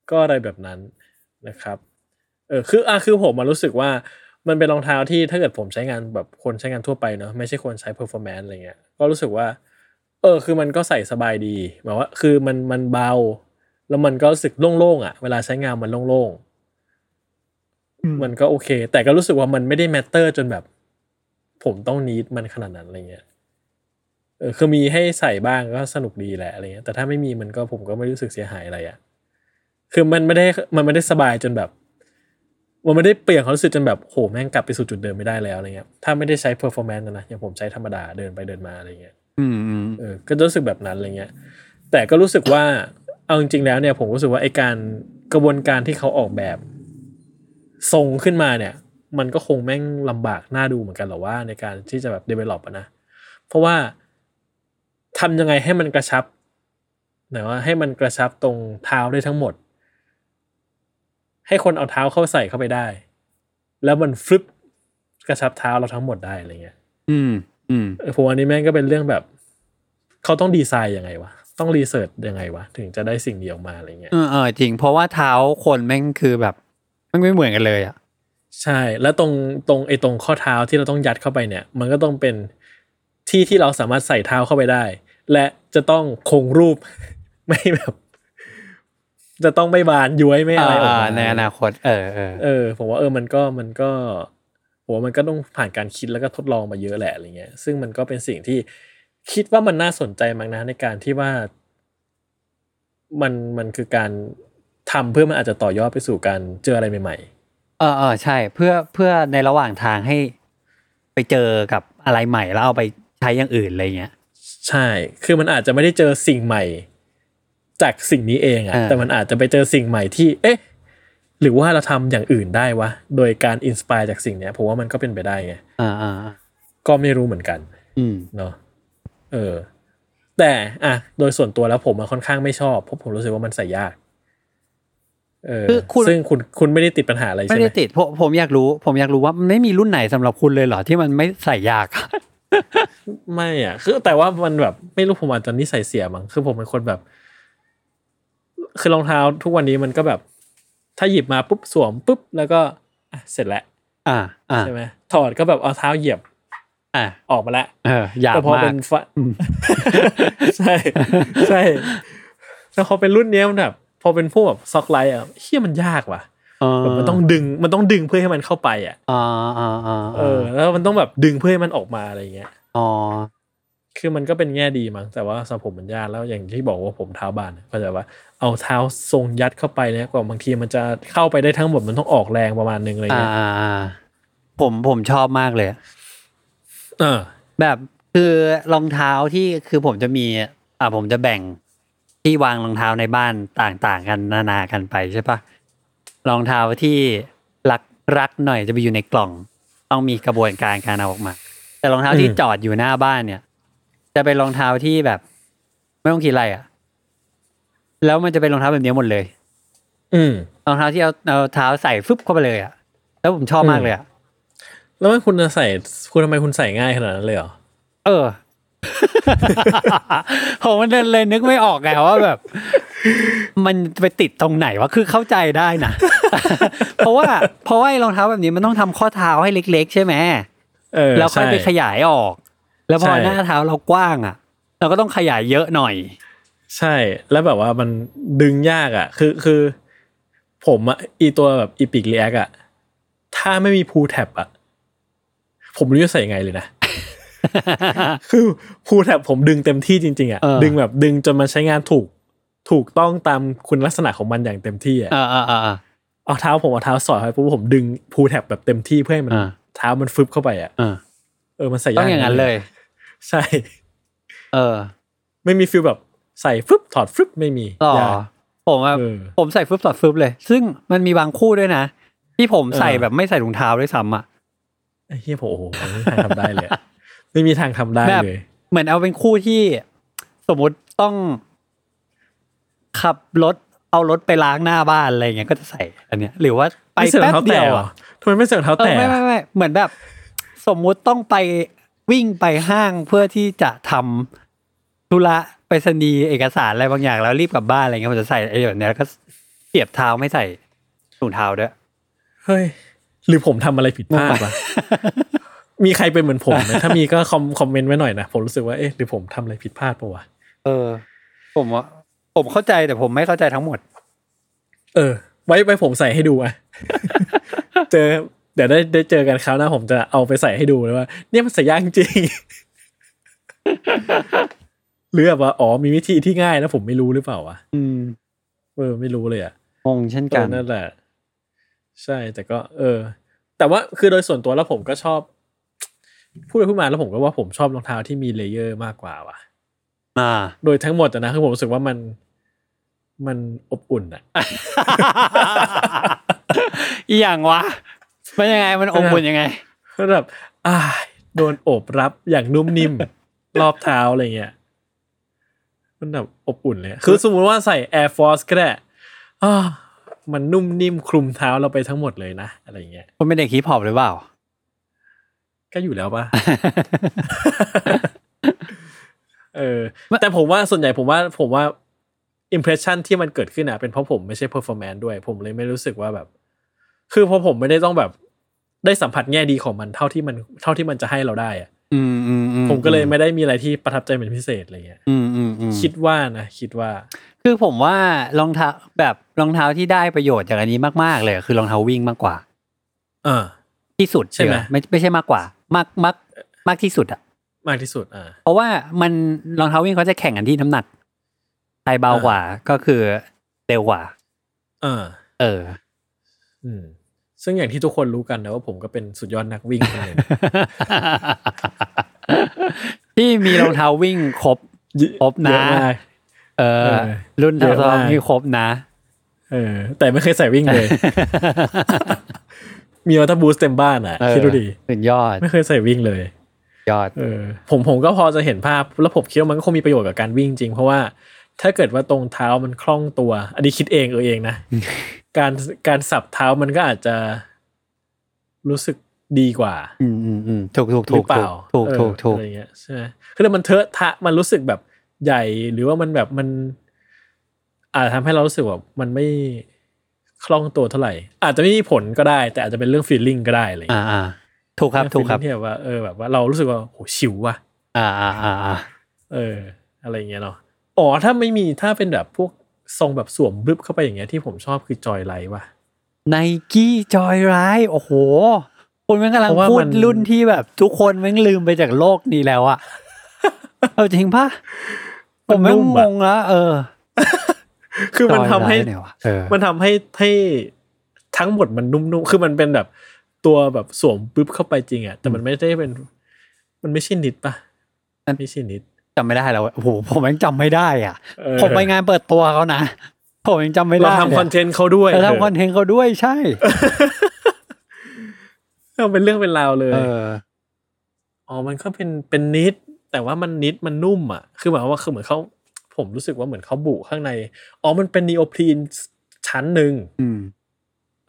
Speaker 3: ก็อะไรแบบนั้นนะครับ เออ คืออ่ะคือผมมารู้สึกว่า มันเป็นรองเท้าที่ถ้าเกิดผมใช้งานแบบคนใช้งานทั่วไปเนอะไม่ใช่คนใช้ performance อะไรเงี้ย ก็รู้สึกว่า เออ คือมันก็ใส่สบายดีหมายว่า คือมันมันเบา แล้วมันก็รู้สึกโล่งๆอ่ะ เวลาใช้งานมันโล่ง
Speaker 2: อืม
Speaker 3: ๆ มันก็โอเค แต่ก็รู้สึกว่ามันไม่ได้ matter จนแบบ ผมต้อง need มันขนาดนั้นอะไรเงี้ย เออคือมีให้ใส่บ้างก็สนุกดีแหละอะไรเงี้ยแต่ถ้าไม่มีมันก็ผมก็ไม่รู้สึกเสียหายอะไรอะ่ะคือมันไม่ได้มันไม่ได้สบายจนแบบ มันไม่ได้เปลี่ยนความรู้สึกจนแบบโหแม่งกลับไปสู่จุดเดิมไม่ได้แล้วอะไรเงี้ยถ้าไม่ได้ใช้ performance นะนะอย่างผมใช้ธรรมดาเดินไปเดินมาอะไรเงี้ย
Speaker 2: อืมอืม
Speaker 3: เออก็จะรู้สึกแบบนั้นอะไรเงี้ย แต่ก็รู้สึกว่าเอาจริงๆแล้วเนี่ย ผมรู้สึกว่าไอการกระบวนการที่เขาออกแบบ ทรงขึ้นมาเนี่ย มันก็คงแม่งลำบากน่าดูเหมือนกันเหรอว่าในการที่จะแบบ develop อะนะ เพราะว่าทำยังไงให้มันกระชับหมายว่าให้มันกระชับตรงเท้าได้ทั้งหมด ให้คนเอาเท้าเข้าใส่เข้าไปได้ แล้วมันฟลิปกระชับเท้าเราทั้งหมดได้อะไรเงี้ย
Speaker 2: อืมอืม
Speaker 3: เออผมว่าอันนี้แม่งก็เป็นเรื่องแบบ เขาต้องดีไซน์ยังไงวะ ต้องรีเสิร์ชยังไงวะ ถึงจะได้สิ่งนี้ออกมาอะไรเงี้ย
Speaker 2: เออเออจริง เพราะว่าเท้าคนแม่งคือแบบแม่งไม่เหมือนกันเลยอ่ะ
Speaker 3: ใช่ แล้วตรงตรงไอ้ตรงข้อเท้าที่เราต้องยัดเข้าไปเนี่ย มันก็ต้องเป็นที่ที่เราสามารถใส่เท้าเข้าไปได้ และจะต้องคงรูป [LAUGHS] ไม่แบบ จะต้องไม่บานย้วยไม่อะไรออก
Speaker 2: อ่า
Speaker 3: มา
Speaker 2: ในอนาคต เออเออ
Speaker 3: เออ ผมว่าเออมันก็มันก็ผมว่ามันก็ต้องผ่านการคิดแล้วก็ทดลองมาเยอะแหละอะไรเงี้ย ซึ่งมันก็เป็นสิ่งที่คิดว่ามันน่าสนใจมากนะในการที่ว่า มันมันคือการทำเพื่อมันอาจจะต่อยอดไปสู่การเจออะไรใหม่ ๆ
Speaker 2: เออเออใช่ เพื่อเพื่อในระหว่างทางให้ ไปเจอกับอะไรใหม่แล้วเอาไปใช้อย่างอื่นอะไรเงี้ย
Speaker 3: ใช่ คือมันอาจจะไม่ได้เจอสิ่งใหม่ จากสิ่งนี้เองอะ
Speaker 2: อ่า
Speaker 3: แต่มันอาจจะไปเจอสิ่งใหม่ที่ เอ๊ะ หรือว่าเราทำอย่างอื่นได้วะ โดยการอินสปายจากสิ่งเนี้ยผมว่ามันก็เป็นไปได้ไง
Speaker 2: อ่าอ่า
Speaker 3: ก็ไม่รู้เหมือนกัน
Speaker 2: อืม
Speaker 3: เนาะ เออ แต่อะโดยส่วนตัวแล้วผมอะค่อนข้างไม่ชอบ เพราะผมรู้สึกว่ามันใส่ยาก เออ
Speaker 2: คือคุณ
Speaker 3: ซึ่งคุณคุณไม่ได้ติดปัญหาอะไร
Speaker 2: ไม่
Speaker 3: ใช่ไหม
Speaker 2: ได้ติดผมผมอยากรู้ ผมอยากรู้ว่ามันไม่มีรุ่นไหนสำหรับคุณเลยเหรอที่มันไม่ใส่ยาก [LAUGHS]
Speaker 3: ไม่อ่ะ คือแต่ว่ามันแบบไม่รู้ผมอาจจะนิสัยเสียมั้งคือผมเป็นคนแบบ คือรองเท้าทุกวันนี้มันก็แบบ ถ้าหยิบมาปุ๊บสวมปุ๊บแล้วก็อ่ะเสร็จแล้ว
Speaker 2: อ่าอ่า
Speaker 3: ใช่ไหมถอดก็แบบเอาเท้าเหยียบ
Speaker 2: อ่า
Speaker 3: ออกมาแล้ว
Speaker 2: เอออยาก
Speaker 3: แต่พอ
Speaker 2: มาก
Speaker 3: เป็นฟะ [LAUGHS] ใช่ใช่แต่พอเป็นรุ่นเนี้ยมันแบบพอเป็นพวกแบบซอกไลท์อ่ะเฮียมันยากว่ะแบบมันต้องดึงมันต้องดึงเพื่อให้มันเข้าไปอ่ะ
Speaker 2: อ่าอ่าอ่า
Speaker 3: เออ แล้วมันต้องแบบดึงเพื่อให้มันออกมาอะไรอย่างเงี้ย
Speaker 2: อ๋อ
Speaker 3: คือมันก็เป็นแง่ดีมั้งแต่ว่าสำหรับผมมันยากแล้วอย่างที่บอกว่าผมเท้าบานก็จะว่าเอาเท้าทรงยัดเข้าไปเนี่ยกว่าบางทีมันจะเข้าไปได้ทั้งหมดมันต้องออกแรงประมาณนึงอะไร
Speaker 2: อ่า
Speaker 3: เงี้ย
Speaker 2: อ่าอ่าผมผมชอบมากเลย
Speaker 3: เออ
Speaker 2: แบบคือรองเท้าที่คือผมจะมีอ่าผมจะแบ่งที่วางรองเท้าในบ้านต่างๆ กันนานากันไปใช่ปะรองเท้าที่รักรักหน่อยจะไปอยู่ในกล่อง ต้องมีกระบวนการการเอาออกมา แต่รองเท้าที่จอดอยู่หน้าบ้านเนี่ย จะเป็นรองเท้าที่แบบ ไม่ต้องคิดอะไรอ่ะ แล้วมันจะเป็นรองเท้าแบบนี้หมดเลย
Speaker 3: อืม
Speaker 2: รองเท้าที่เอาเอาเท้าใส่ฟึบเข้าไปเลยอ่ะ แล้วผมชอบมากเลยอ่ะ
Speaker 3: แล้วมันคุณจะใส่คุณทำไมคุณใส่ง่ายขนาดนั้นเลยเหรอ
Speaker 2: เออ ผม [LAUGHS] มันเดินเลยนึกไม่ออกไงว่าแบบ มันไปติดตรงไหนวะคือเข้าใจได้นะ [LAUGHS] เพราะว่าเพราะว่าไอ้รองเท้าแบบนี้มันต้องทำข้อเท้าให้เล็ก ๆ ใช่ไหม
Speaker 3: เออ
Speaker 2: แล้วค่อย
Speaker 3: ใช่
Speaker 2: ไปขยายออก แล้วพอ
Speaker 3: ใช่
Speaker 2: หน้าเท้าเรากว้างอ่ะ เราก็ต้องขยายเยอะหน่
Speaker 3: [LAUGHS]
Speaker 2: อย
Speaker 3: ใช่ แล้วแบบว่ามันดึงยากอ่ะ คือคือ ผมอ่ะอีตัวแบบอีพิกเรียกอ่ะถ้าไม่มีพูแท็บอ่ะ ผมไม่รู้จะใส่ยังไงเลยนะ [LAUGHS] คือพูแท็บผมดึงเต็มที่จริงๆอ่ะ
Speaker 2: เออ
Speaker 3: ดึงแบบดึงจนมันใช้งานถูก ถูกต้องตามคุณลักษณะของมันอย่างเต็มที่อ่ะ
Speaker 2: เออเออเออ
Speaker 3: เอาเท้าผมเอาเท้าสอดเข้าไปปุ๊บผมดึงพูแท็บแบบเต็มที่เพื่อให้มัน
Speaker 2: อ่า
Speaker 3: เท้ามันฟึบเข้าไปอ่ะ
Speaker 2: เออ
Speaker 3: เออมันใส่ยาก
Speaker 2: ต้องอย่างนั้นเลย
Speaker 3: ใช่ [LAUGHS]
Speaker 2: เออ
Speaker 3: ไม่มีฟิลแบบใส่ฟึบถอดฟึบไม่มี
Speaker 2: หรอย
Speaker 3: าก
Speaker 2: ผมอะ
Speaker 3: เออ
Speaker 2: ผมใส่ฟึบสอดฟึบเลย ซึ่งมันมีบางคู่ด้วยนะ ที่ผมใส่
Speaker 3: เออ
Speaker 2: แบบไม่ใส่ถุงเท้าด้วยซ้ำอะ
Speaker 3: ไอ้เฮียผมโอ้โหไม่มีทางทำได้เลยอะ [LAUGHS] ไม่มีทางทำได้
Speaker 2: แบบ
Speaker 3: เลย
Speaker 2: เหมือนเอาเป็นคู่ที่ สมมติต้อง ขับรถเอารถไปล้างหน้าบ้านอะไรเงี้ยก็จะใส่ อันเนี้ย หรือว่าไป
Speaker 3: ไม่เสือก
Speaker 2: แป๊บ
Speaker 3: เท้า
Speaker 2: เดี
Speaker 3: แตะ
Speaker 2: ยว
Speaker 3: เหรอ
Speaker 2: อะ
Speaker 3: ทำไมไม่เสือกเท้า
Speaker 2: เออ
Speaker 3: แตะ
Speaker 2: ไม่ไม่ไม่เหมือนแบบ สมมุติต้องไปวิ่งไปห้างเพื่อที่จะทำธุระไปรษณีย์เอกสารอะไรบางอย่างแล้วรีบกลับบ้านอะไรเงี้ยผมจะใส่ไอ้แบบเนี้ยแล้วก็เสียบเท้าไม่ใส่ถุงเท้าด้วย
Speaker 3: เฮ้ย หรือผมทำอะไรผิดพลาดวะ [LAUGHS] มีใครเป็นเหมือนผมไหมถ้ามีก็คอมคอมเมนต์ไว้หน่อยนะ ผมรู้สึกว่าเอ๊ะหรือผมทำอะไรผิดพลาดปะวะ
Speaker 2: เออ ผมว่าผมเข้าใจแต่ผมไม่เข้าใจทั้งหมด
Speaker 3: เออ ไว้ไว้ผมใส่ให้ดูอ่ะ [LAUGHS] เจอเดี๋ยวได้ได้เจอกันคราวหน้าผมจะเอาไปใส่ให้ดูเลยว่า เนี่ยมันใส่ยากจริง [LAUGHS] หรือแบบว่าอ๋อมีวิธีที่ง่ายนะผมไม่รู้หรือเปล่าวะ
Speaker 2: อืม
Speaker 3: เออไม่รู้เลยอ่ะ
Speaker 2: งงเช่นกัน
Speaker 3: เออนั่นแหละ ใช่แต่ก็ เออ แต่ว่าคือโดยส่วนตัวแล้วผมก็ชอบ พูดไปพูดมาแล้วผมก็ว่าผมชอบรองเท้าที่มีเลเยอร์มากกว่าว่ะ
Speaker 2: อ่า
Speaker 3: โดยทั้งหมดอะนะคือผมรู้สึกว่ามันมันอบอุ่นอะ
Speaker 2: [LAUGHS] อีอย่างวะ มันยังไงมันอบอุ่นยังไง
Speaker 3: ก็แบบอ่ายโดนโอบรับอย่างนุ่มนิ่ม [LAUGHS] รอบเท้าอะไรเงี้ยมันแบบอบอุ่นเลยคือสมมติว่าใส่ Air Force ก็ได้อ่ามันนุ่มนิ่มคลุมเท้าเราไปทั้งหมดเลยนะอะไรเงี้ย
Speaker 2: มันเป็นเด็กฮิปฮอปหรือเปล่า
Speaker 3: ก็อยู่แล้วปะ [LAUGHS] เออแต่ผมว่าส่วนใหญ่ผมว่าผมว่าอิมเพรสชันที่มันเกิดขึ้นอ่ะเป็นเพราะผมไม่ใช่เพอร์ฟอร์แมนซ์ด้วย ผมเลยไม่รู้สึกว่าแบบ คือเพอผมไม่ได้ต้องแบบได้สัมผัสแง่ดีของมันเท่าที่มันเท่าที่มันจะให้เราได้อ่ะ
Speaker 2: อืมอืมอืม
Speaker 3: ผมก็เลยไม่ได้มีอะไรที่ประทับใจเป็นพิเศษอะไรเงี้ย
Speaker 2: อืมอืมอืม
Speaker 3: คิดว่านะคิดว่า
Speaker 2: คือผมว่ารองเท้าแบบรองเท้าที่ได้ประโยชน์จากอันนี้มาก ๆ เลยคือรองเท้าวิ่งมากกว่า
Speaker 3: เออ
Speaker 2: ที่สุด
Speaker 3: ใช่ไหม
Speaker 2: ดีกว่าไม่ไม่ใช่มากกว่ามากมากมากที่สุดอ่ะ
Speaker 3: มากที่สุดอ่า
Speaker 2: เพราะว่ามันรองเท้าวิ่งเขาจะแข่งกันที่น้ำหนักใครเบากว่าก็คือเร็วกว่า
Speaker 3: เออ
Speaker 2: เออ [LAUGHS]
Speaker 3: อืม ซึ่งอย่างที่ทุกคนรู้กันนะว่าผมก็เป็นสุดยอดนักวิ่งคนหนึ่ง
Speaker 2: ที่มีรองเท้าวิ่งครบ ครบนะ
Speaker 3: เยอมาก
Speaker 2: เอ
Speaker 3: เอ
Speaker 2: อ
Speaker 3: อ
Speaker 2: รุ่น
Speaker 3: เย
Speaker 2: เท้า
Speaker 3: อะ
Speaker 2: ซ้อ
Speaker 3: มาก
Speaker 2: มมีครบนะ
Speaker 3: เออ แต่ไม่เคยใส่วิ่งเลย มีออตบูสเต็มบ้านอ่ะ
Speaker 2: เออ
Speaker 3: คิดดูดิ
Speaker 2: สุดยอด
Speaker 3: ไม่เคยใส่วิ่งเลย
Speaker 2: ยอด
Speaker 3: เออ ผมผมก็พอจะเห็นภาพ แล้วผมคิดว่ามันก็คงมีประโยชน์กับการวิ่งจริง เพราะว่าถ้าเกิดว่าตรงเท้ามันคล่องตัว อันนี้คิดเองเออเองนะ การการสับเท้ามันก็อาจจะรู้สึกดีกว่า
Speaker 2: อืมอืมอืมถูกถูก
Speaker 3: ห
Speaker 2: ถู
Speaker 3: รื
Speaker 2: ก
Speaker 3: อเปล่า
Speaker 2: ถูก
Speaker 3: เออ
Speaker 2: ถูกถูก
Speaker 3: อะไรเงี้ยใช่ไหมคือมันเทอะทะมันรู้สึกแบบใหญ่หรือว่ามันแบบมัน อาจทำให้เรารู้สึกว่ามันไม่คล่องตัวเท่าไหร่ อาจจะไม่มีผลก็ได้ แต่อาจจะเป็นเรื่องฟีลลิ่งก็ได้อะไร
Speaker 2: อ่า
Speaker 3: เงี้ย
Speaker 2: อ่าถูกครับถูกครับ
Speaker 3: เที่แบบว่าเออแบบว่าเรารู้สึกว่าโหชิวว่ะ
Speaker 2: อ่าอ่าอ่าอ่า
Speaker 3: เออ อะไรเงี้ยเนาะอ๋อถ้าไม่มีถ้าเป็นแบบพวกทรงแบบสวมบึบเข้าไปอย่างเงี้ยที่ผมชอบคือจอยไลท์ว่ะ
Speaker 2: ไนกี้จอยร้ายโอ้โหคนแม่งกำลัง
Speaker 3: เพราะว่า
Speaker 2: พู
Speaker 3: มั
Speaker 2: ด
Speaker 3: น
Speaker 2: รุ่นที่แบบทุกคนแม่งลืมไปจากโลกนี้แล้ว
Speaker 3: [LAUGHS]
Speaker 2: อะเอาจริงปะผมแม่ง
Speaker 3: นุ่
Speaker 2: ง
Speaker 3: อะ
Speaker 2: งละเออ
Speaker 3: คือมันทำให้
Speaker 2: จอยร้ายเนี่ยวะเออ
Speaker 3: มันทำให้ให้ทั้งหมดมันนุ่มๆ คือมันเป็นแบบตัวแบบสวมปึ๊บเข้าไปจริงอะแต่มันไม่ได้เป็น มันไม่ใช่นิดปะ
Speaker 2: มัน
Speaker 3: ไม่ใช่นิด
Speaker 2: จำไม่ได้แล้วอะโอ้โหผมยังจำไม่ได้อ่ะ
Speaker 3: เออ
Speaker 2: ผมไปงานเปิดตัวเขานะ ผมยังจำไม่
Speaker 3: เรา
Speaker 2: ได้
Speaker 3: ทำคอน
Speaker 2: เทนต์
Speaker 3: เทนต์เขาด้วย
Speaker 2: เราทำคอนเทนต์เขาด้วยใช่
Speaker 3: เออเป็นเรื่องเป็นราวเลย
Speaker 2: เออ
Speaker 3: อ๋อมันก็เป็นเป็นนิด แต่ว่ามันนิดมันนุ่มอะคือหมายความว่าคือเหมือนเขาผมรู้สึกว่าเหมือนเขาบุข้างใน อ๋อมันเป็นนีโอพรีนชั้นหนึ่ง
Speaker 2: อืม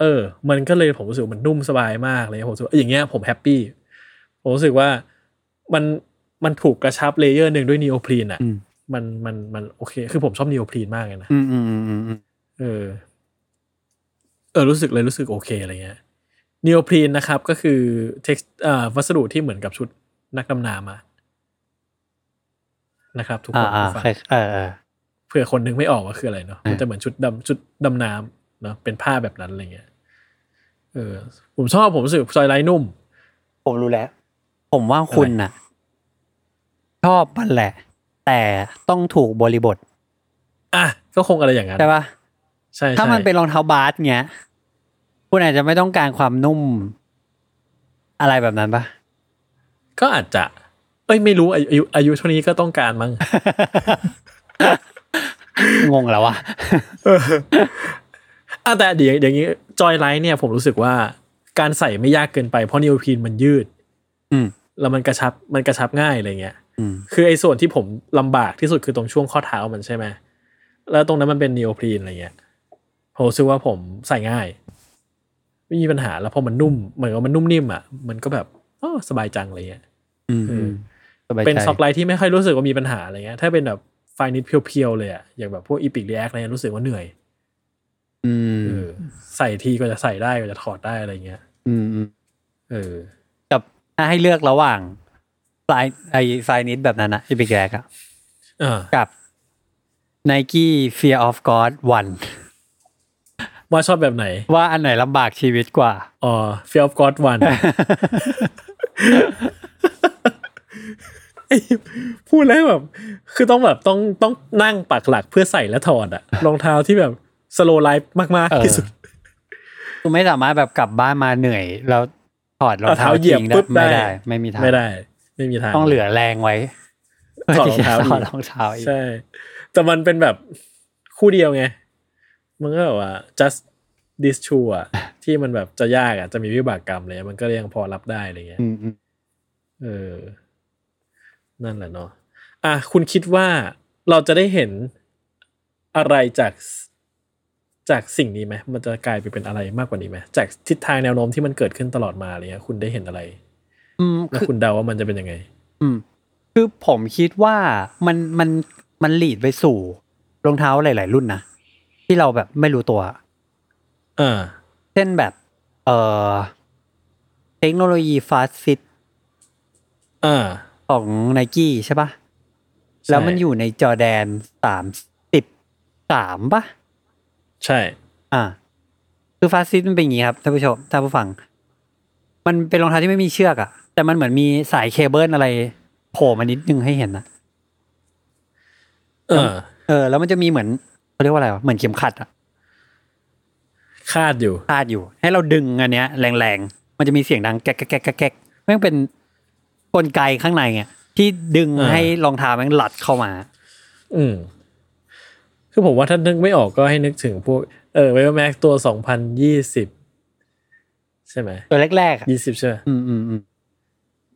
Speaker 3: เออ มันก็เลยผมรู้สึกว่ามันนุ่มสบายมากเลยผมรู้สึกว่าเอ้ยอย่างเงี้ยผมแฮปปี้ผมรู้สึกว่ามันมันถูกกระชับเลเยอร์หนึ่งด้วยนีโอพรีนอะ
Speaker 2: อืม
Speaker 3: มันมันมันโอเค คือผมชอบนีโอพรีนมากเลยนะ
Speaker 2: อืมอืมอืมอืมอืม
Speaker 3: เออ เออ รู้สึกเลยรู้สึกโอเคอะไรเงี้ยนีโอพรีนนะครับ ก็คือ text เอ่อวัสดุที่เหมือนกับชุดนักดำน้ำอะนะครับ ทุกค
Speaker 2: อ่าน อ่า
Speaker 3: ผู้ฟัง
Speaker 2: ใครเออเออ
Speaker 3: เผื่อคนนึงไม่ออกว่าคืออะไรเนาะ
Speaker 2: อืม
Speaker 3: มันจะเหมือนชุดดำชุดดำน้ำเนาะ เป็นผ้าแบบนั้นอะไรเงี้ย เออ ผมชอบผมรู้สึกซอยไลท์นุ่ม
Speaker 2: ผมรู้แล้ว ผมว่าคุณน่ะ ชอบมันแหละ แต่ต้องถูกบริบท
Speaker 3: อ่ะ ก็คงอะไรอย่างนั้น
Speaker 2: ใช่ปะ
Speaker 3: ใช่ใช่
Speaker 2: ถ้ามันเป็นรองเท้าบาสเงี้ย คุณอาจจะไม่ต้องการความนุ่ม อะไรแบบนั้นปะ
Speaker 3: ก็อาจจะ เอ้ยไม่รู้อายุอายุอายุเท่านี้ก็ต้อง [LAUGHS] การมั้ง
Speaker 2: งงแล้วอะ
Speaker 3: อ่ะแต่เดี๋ยวเดี๋ยวนี้จอยไลท์เนี่ยผมรู้สึกว่าการใส่ไม่ยากเกินไปเพราะนิโอพีนมันยืด
Speaker 2: อืม
Speaker 3: แล้วมันกระชับมันกระชับง่ายอะไรเงี้ย
Speaker 2: อืม
Speaker 3: คือไอ้ส่วนที่ผมลำบากที่สุดคือตรงช่วงข้อเท้ามันใช่ไหม แล้วตรงนั้นมันเป็นนีโอพรีนอะไรเงี้ยผมรู้สึกว่าผมใส่ง่าย ไม่มีปัญหาแล้วพอมันนุ่มเหมือนกับมันนุ่มนิ่มอ่ะ มันก็แบบอ้อสบายจังอะไรเงี้ย
Speaker 2: อืม
Speaker 3: อืม
Speaker 2: สบายใจ
Speaker 3: เป็นซ็อกไลท์ที่ไม่ค่อยรู้สึกว่ามีปัญหาอะไรเงี้ย ถ้าเป็นแบบไฟนิดเพียวๆเลยอ่ะ อย่างแบบพวกอีพิกรีแอคอะไรเงี้ยรู้สึกว่าเหนื่อย
Speaker 2: อืม
Speaker 3: เออใส่ทีก็จะใส่ได้ก็จะถอดได้อะไรเงี้ย
Speaker 2: อืมอืม
Speaker 3: เออ
Speaker 2: กับถ้าให้เลือกระหว่างสายไอสายนิดแบบนั้นนะอีพิกแกอะ
Speaker 3: อ่า
Speaker 2: กับ Nike Fear of God วัน
Speaker 3: ว่าชอบแบบไหน
Speaker 2: ว่าอันไหนลำบากชีวิตกว่า
Speaker 3: อ๋อ Fear of God [LAUGHS] วัน พูดแล้วแบบ คือต้องแบบต้องต้องนั่งปักหลักเพื่อใส่และถอด
Speaker 2: [LAUGHS]
Speaker 3: อะรองเท้าที่แบบสโลไลฟ์มาก
Speaker 2: เออ
Speaker 3: ๆที่สุด
Speaker 2: คุณไม่สามารถแบบกลับบ้านมาเหนื่อย แล้วถอดรองเท้า
Speaker 3: เอาเท้าเหยียบ
Speaker 2: ทิ้ง
Speaker 3: ปุ๊บ
Speaker 2: ไม่
Speaker 3: ได้
Speaker 2: ได้ ไม่มีทาง
Speaker 3: ไม่ได้ ไม่มีทาง
Speaker 2: ต้องเหลือแรงไว้ [LAUGHS]
Speaker 3: ถอดรองเท้าอีก
Speaker 2: ถอดรองเท้าอีก
Speaker 3: ใช่ แต่มันเป็นแบบคู่เดียวไง มันก็แบบว่า just this shoe
Speaker 2: [LAUGHS]
Speaker 3: อะที่มันแบบจะยากอะจะมีวิบากกรรมอะไรเลยมันก็ยังพอรับได้อะไรเงี้ย
Speaker 2: อืมอืม
Speaker 3: เออ นั่นแหละเนาะ อ่ะ คุณคิดว่าเราจะได้เห็นอะไรจากสจากสิ่งนี้ไหม มันจะกลายไปเป็นอะไรมากกว่านี้ไหม จากทิศทางแนวโน้มที่มันเกิดขึ้นตลอดมาอะไรเงี้ย คุณได้เห็นอะไร
Speaker 2: อืม
Speaker 3: แล้ว
Speaker 2: คือ
Speaker 3: คุณเดาว่ามันจะเป็นยังไง
Speaker 2: อืมคือผมคิดว่ามันมันมันหลีดไปสู่รองเท้าหลาย ๆ รุ่นนะ ที่เราแบบไม่รู้ตัว
Speaker 3: อ่า
Speaker 2: เช่นแบบ เอ่อ เทคโนโลยีฟาสฟิต
Speaker 3: อ่า
Speaker 2: ของไนกี้ใช่ปะ
Speaker 3: ช่
Speaker 2: แล้วมันอยู่ในจอแดนสามสิบสามปะ
Speaker 3: ใช่
Speaker 2: อ่า คือฟาสฟิตมันเป็นอย่างนี้ครับท่านผู้ชมท่านผู้ฟัง มันเป็นรองเท้าที่ไม่มีเชือกอะแต่มันเหมือนมีสายเคเบิลอะไรโผล่มานิดนึงให้เห็นนะ
Speaker 3: เออ
Speaker 2: เออแล้วมันจะมีเหมือนเขาเรียกว่าอะไรวะเหมือนเข็มขัดอะ
Speaker 3: คาดอยู่
Speaker 2: พลาดอยู่ ให้เราดึงอันเนี้ยแรงๆ มันจะมีเสียงดังแก๊กแก๊กแก๊กแก๊กแก๊กแม่งเป็นกลไกข้างในอ่ะที่ดึง
Speaker 3: อ่า
Speaker 2: ให้รองเท้าแม่งหลัดเข้ามา
Speaker 3: อืม คือผมว่าถ้านึกไม่ออกก็ให้นึกถึงพวก เออ Vapor Max ตัวสองพันยี่สิบใช่ไหม
Speaker 2: ตัวแรกๆอะ
Speaker 3: ยี่สิบใช่ไหม
Speaker 2: อืมอืมอืม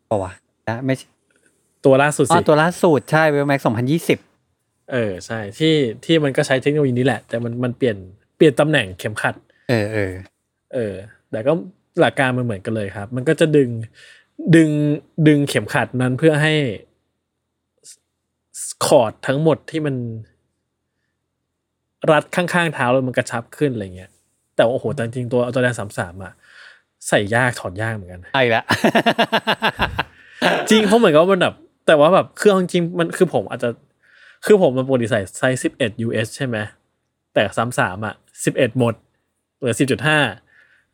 Speaker 2: เปล่าวะนะไม่ใช่
Speaker 3: ตัวล่าสุด
Speaker 2: อ๋อ
Speaker 3: สิ
Speaker 2: ตัวล่าสุดใช่เวลแม็กสองพันยี่สิบ
Speaker 3: เออใช่ที่ที่มันก็ใช้เทคโนโลยีนี้แหละ แต่มันมันเปลี่ยนเปลี่ยนตำแหน่งเข็มขัด
Speaker 2: เออเออ
Speaker 3: เออ แต่ก็หลักการมันเหมือนกันเลยครับ มันก็จะดึงดึงดึงเข็มขัดนั้นเพื่อให้สคอร์ดทั้งหมดที่มัน รัดข้างๆเท้าแล้วมันกระชับขึ้นอะไรเงี้ย แต่ว่าโอ้โหแต่จริงๆตัวอัลตร้าแดนสามสามอะใส่ยากถอดยากเหมือนกัน
Speaker 2: ไอ้ [LAUGHS] ละ
Speaker 3: จริงเพราะเหมือนกับว่ามันแบบแต่ว่าแบบคือเอาจริงๆมันคือผมอาจจะคือผมมันปกติใส่ไซส์สิบเอ็ด US ใช่ไหมแต่สามสามอ่ะสิบเอ็ดหมดเหลือสิบจุดห้า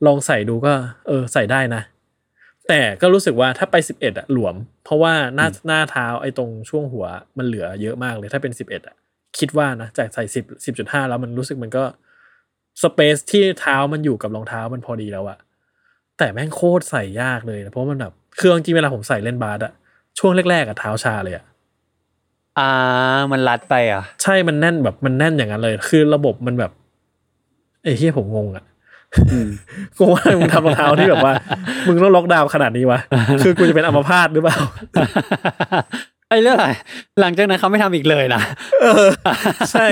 Speaker 3: ลองใส่ดูก็ เออใส่ได้นะ แต่ก็รู้สึกว่าถ้าไปสิบเอ็ดอ่ะหลวม เพราะว่าหน้าหน้าเท้าไอ้ตรงช่วงหัวมันเหลือเยอะมากเลยถ้าเป็นสิบเอ็ดอ่ะ คิดว่านะจากใส่สิบสิบจุดห้าแล้วมันรู้สึกมันก็สเปซที่เท้ามันอยู่กับรองเท้ามันพอดีแล้วอะแต่แม่งโคตรใส่ยากเลยนะเพราะมันแบบคือเอาจริงๆเวลาผมใส่เล่นบาสอะช่วงแรกๆอะเท้าชาเลยอะ
Speaker 2: อ่า มันรัดไปเหรอ่ะ
Speaker 3: ใช่มันแน่นแบบมันแน่นอย่างนั้นเลย คือระบบมันแบบไอ้เฮียผมงงอะกูว่ามึงทำรองเท้าที่แบบว่า [LAUGHS] มึงต้องล็อกดาวน์ขนาดนี้วะคือกูจะเป็นอัมพาตหรือเปล่า [LAUGHS]
Speaker 2: ไอ้เรื่องอะไรหลังจากนั้นเขาไม่ทำอีกเลยนะ
Speaker 3: เออใช่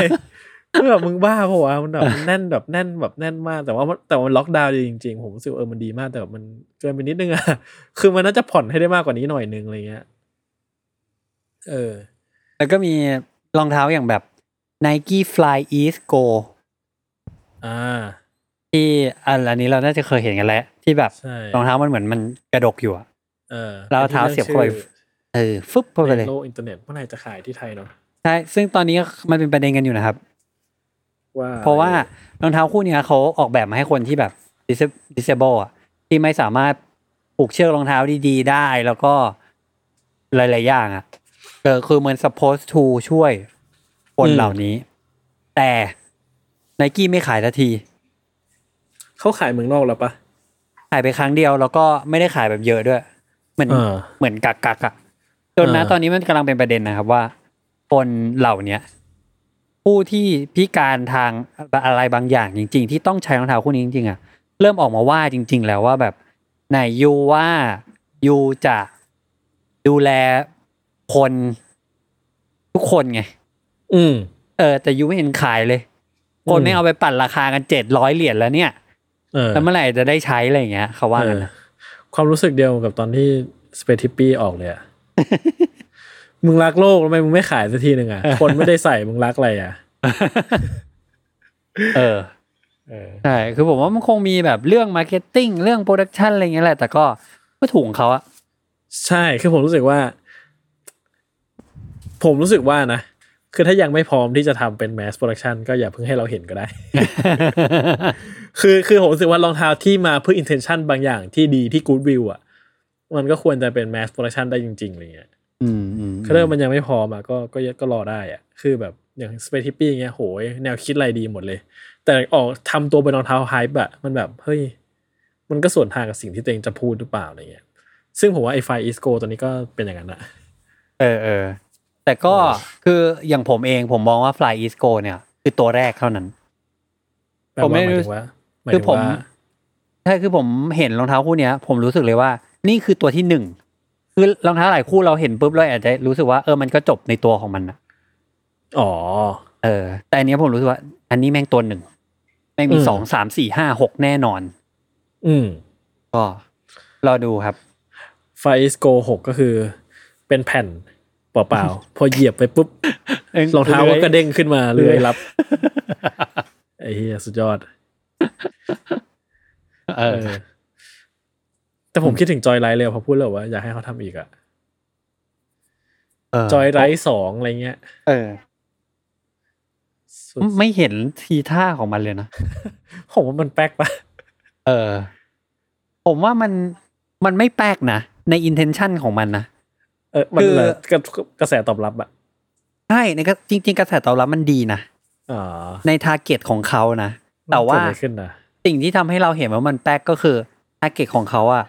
Speaker 3: คือแบบมึงบ้าเปล่าวะมันแบบมันแน่นแบบแน่นแบบแน่นมากแต่ว่ามันแต่ว่ามันล็อกดาวน์ดีจริงๆ ผมรู้สึกว่าเออมันดีมากแต่แบบมันเกินไปนิดนึงอะ [LAUGHS] คือมันน่าจะผ่อนให้ได้มากกว่านี้หน่อยนึงอะไรเงี้ยเออ
Speaker 2: แล้วก็มีรองเท้าอย่างแบบ Nike Fly East Go
Speaker 3: อ่า
Speaker 2: ที่อันอันนี้เราน่าจะเคยเห็นกันแล้วที่แบบ
Speaker 3: ใช่
Speaker 2: รองเท้ามันเหมือนมันกระดกอยู่อะ
Speaker 3: เออ
Speaker 2: แล้วเท้าเสียบเข้าไป เออฟึบเข้าไปเลย
Speaker 3: โลกอินเทอร์เน็ตเมื่อไหร่จะขายที่ไทยเนาะ
Speaker 2: ใช่ซึ่งตอนนี้มันเป็นประเด็นกันอยู่นะครับ
Speaker 3: ว่า
Speaker 2: เพราะว่ารองเท้าคู่เนี้ยเขาออกแบบมาให้คนที่แบบ dis- disable อะที่ไม่สามารถผูกเชือกรองเท้าดีๆ ได้ แล้วก็หลายๆอย่างอะเออคือเหมือน supposed to ช่วยคนเหล่านี้ แต่ n นกี้ไม่ขายทันที
Speaker 3: เขาขายเมืองนอกแล้วปะ
Speaker 2: ขายไปครั้งเดียวแล้วก็ไม่ได้ขายแบบเยอะด้วย เหมือน
Speaker 3: เออ
Speaker 2: เหมือนกักกักๆอะจ นนะ
Speaker 3: อ่า
Speaker 2: ตอนนี้มันกำลังเป็นประเด็นนะครับว่า คนเหล่าเนี้ยผู้ที่พิการทางอะไรบางอย่างจริง ๆ ที่ต้องใช้รองเท้าคู่นี้จริงๆอ่ะเริ่มออกมาว่าจริง ๆ แล้วว่าแบบไหนยูว่ายูจะดูแลคนทุกคนไง
Speaker 3: อืม
Speaker 2: เออแต่ยูไม่เห็นขายเลย คน
Speaker 3: อืม
Speaker 2: ไม่เอาไปปั่นราคากันเจ็ดร้อยเหรียญแล้วเนี่ย
Speaker 3: เออ
Speaker 2: แล้วเมื่อไหร่จะได้ใช้อะไรอย่างเงี้ยเขาว่า
Speaker 3: เอ
Speaker 2: งั้น
Speaker 3: อ
Speaker 2: นะ
Speaker 3: ความรู้สึกเดียวกับตอนที่สเปทิปปี้ออก
Speaker 2: [LAUGHS]
Speaker 3: เลยอะ มึงรักโลกทำไมมึงไม่ขายสักทีหนึ่งอะคนไม่ได้ใส่มึงรักอะไรอะ
Speaker 2: เออ
Speaker 3: เออ
Speaker 2: ใช่ คือผมว่ามันคงมีแบบเรื่องมาร์เก็ตติ้ง เรื่องโปรดักชันอะไรอย่างเงี้ยแหละ แต่ก็ก็ถูกของเขาอะ [LAUGHS]
Speaker 3: ใช่ คือผมรู้สึกว่า ผมรู้สึกว่านะ คือถ้ายังไม่พร้อมที่จะทำเป็นแมสโปรดักชันก็อย่าเพิ่งให้เราเห็นก็
Speaker 2: [LAUGHS]
Speaker 3: ได้ คือคือผมรู้สึกว่ารองเท้าที่มาเพื่ออินเทนชันบางอย่างที่ดีที่กูดวิวอ่ะ มันก็ควรจะเป็นแมสโปรดักชันได้จริงๆอะไรเงี้ย
Speaker 2: อืมอืม
Speaker 3: คือถ้ามันยังไม่พร้อมอะก็ก็ก็รอได้อ่ะ คือแบบอย่างสเปทิปปี้เงี้ยโหยแนวคิดอะไรดีหมดเลย แต่ออกทำตัวเป็นรองเท้าไฮป์อะมันแบบเฮ้ย มันก็ส่วนทางกับสิ่งที่ตัวเองจะพูดหรือเปล่าอะไรเงี้ย ซึ่งผมว่าไอไฟอีสโกตัวนี้ก็เป็นอย่างนั้นอะ
Speaker 2: เออเออ แต่ก็คืออย่างผมเองผมมองว่า Fly East Go เนี่ย คือตัวแรกเท่านั้น
Speaker 3: แบบว่า
Speaker 2: ผมไม่รู้
Speaker 3: หายถึงว่าหาย
Speaker 2: คื
Speaker 3: ถึ
Speaker 2: อง ผม
Speaker 3: ว่า
Speaker 2: ใช่คือผมเห็นรองเท้าคู่เนี้ย ผมรู้สึกเลยว่า นี่คือตัวที่หนึ่งคือรองเท้าหลายคู่เราเห็นปุ๊บเราอาจจะรู้สึกว่าเออมันก็จบในตัวของมันนะ
Speaker 3: อ๋อ
Speaker 2: เออ แต่อันเนี้ยผมรู้สึกว่า อันนี้แม่งตัวหนึ่งแม่งมี
Speaker 3: อืม
Speaker 2: สองสามสี่ห้าหกแน่นอน
Speaker 3: อืม
Speaker 2: ก็รอดูครับ
Speaker 3: ไฟสโกหกก็คือ เป็นแผ่นเปล่า
Speaker 2: [LAUGHS]
Speaker 3: ๆ พอเหยียบไปปุ๊บรองเท้าก็กระเด้งขึ้นมาเล
Speaker 2: เลื้อย ย
Speaker 3: รับไอ้เฮียสุดยอด
Speaker 2: เออ
Speaker 3: เออแต่ผมคิดถึงจอยไลท์เลยพอพูดเลยว่าอยากให้เขาทำอีกอะจอยไลท์สองอะไรเงี้ย
Speaker 2: เออ
Speaker 3: สุด
Speaker 2: ไม่เห็นทีท่าของมันเลยนะ
Speaker 3: ผมว่ามันแป๊กปะ
Speaker 2: เออ ผมว่ามันมันไม่แปลกนะ ในอินเทนชันของมันนะ
Speaker 3: เออมัน
Speaker 2: คือ
Speaker 3: เหรอกระกระแสตอบรับอะ
Speaker 2: ใช่ในก็จริง ๆ กระแสตอบรับมันดีนะ
Speaker 3: อ๋อ
Speaker 2: ในทาร์เก็ตของเขานะ แต่ว่า
Speaker 3: เกิดอะไรขึ้นนะ
Speaker 2: สิ่งที่ทำให้เราเห็นว่ามันแปลกก็คือทาร์เก็ตของเขาอะ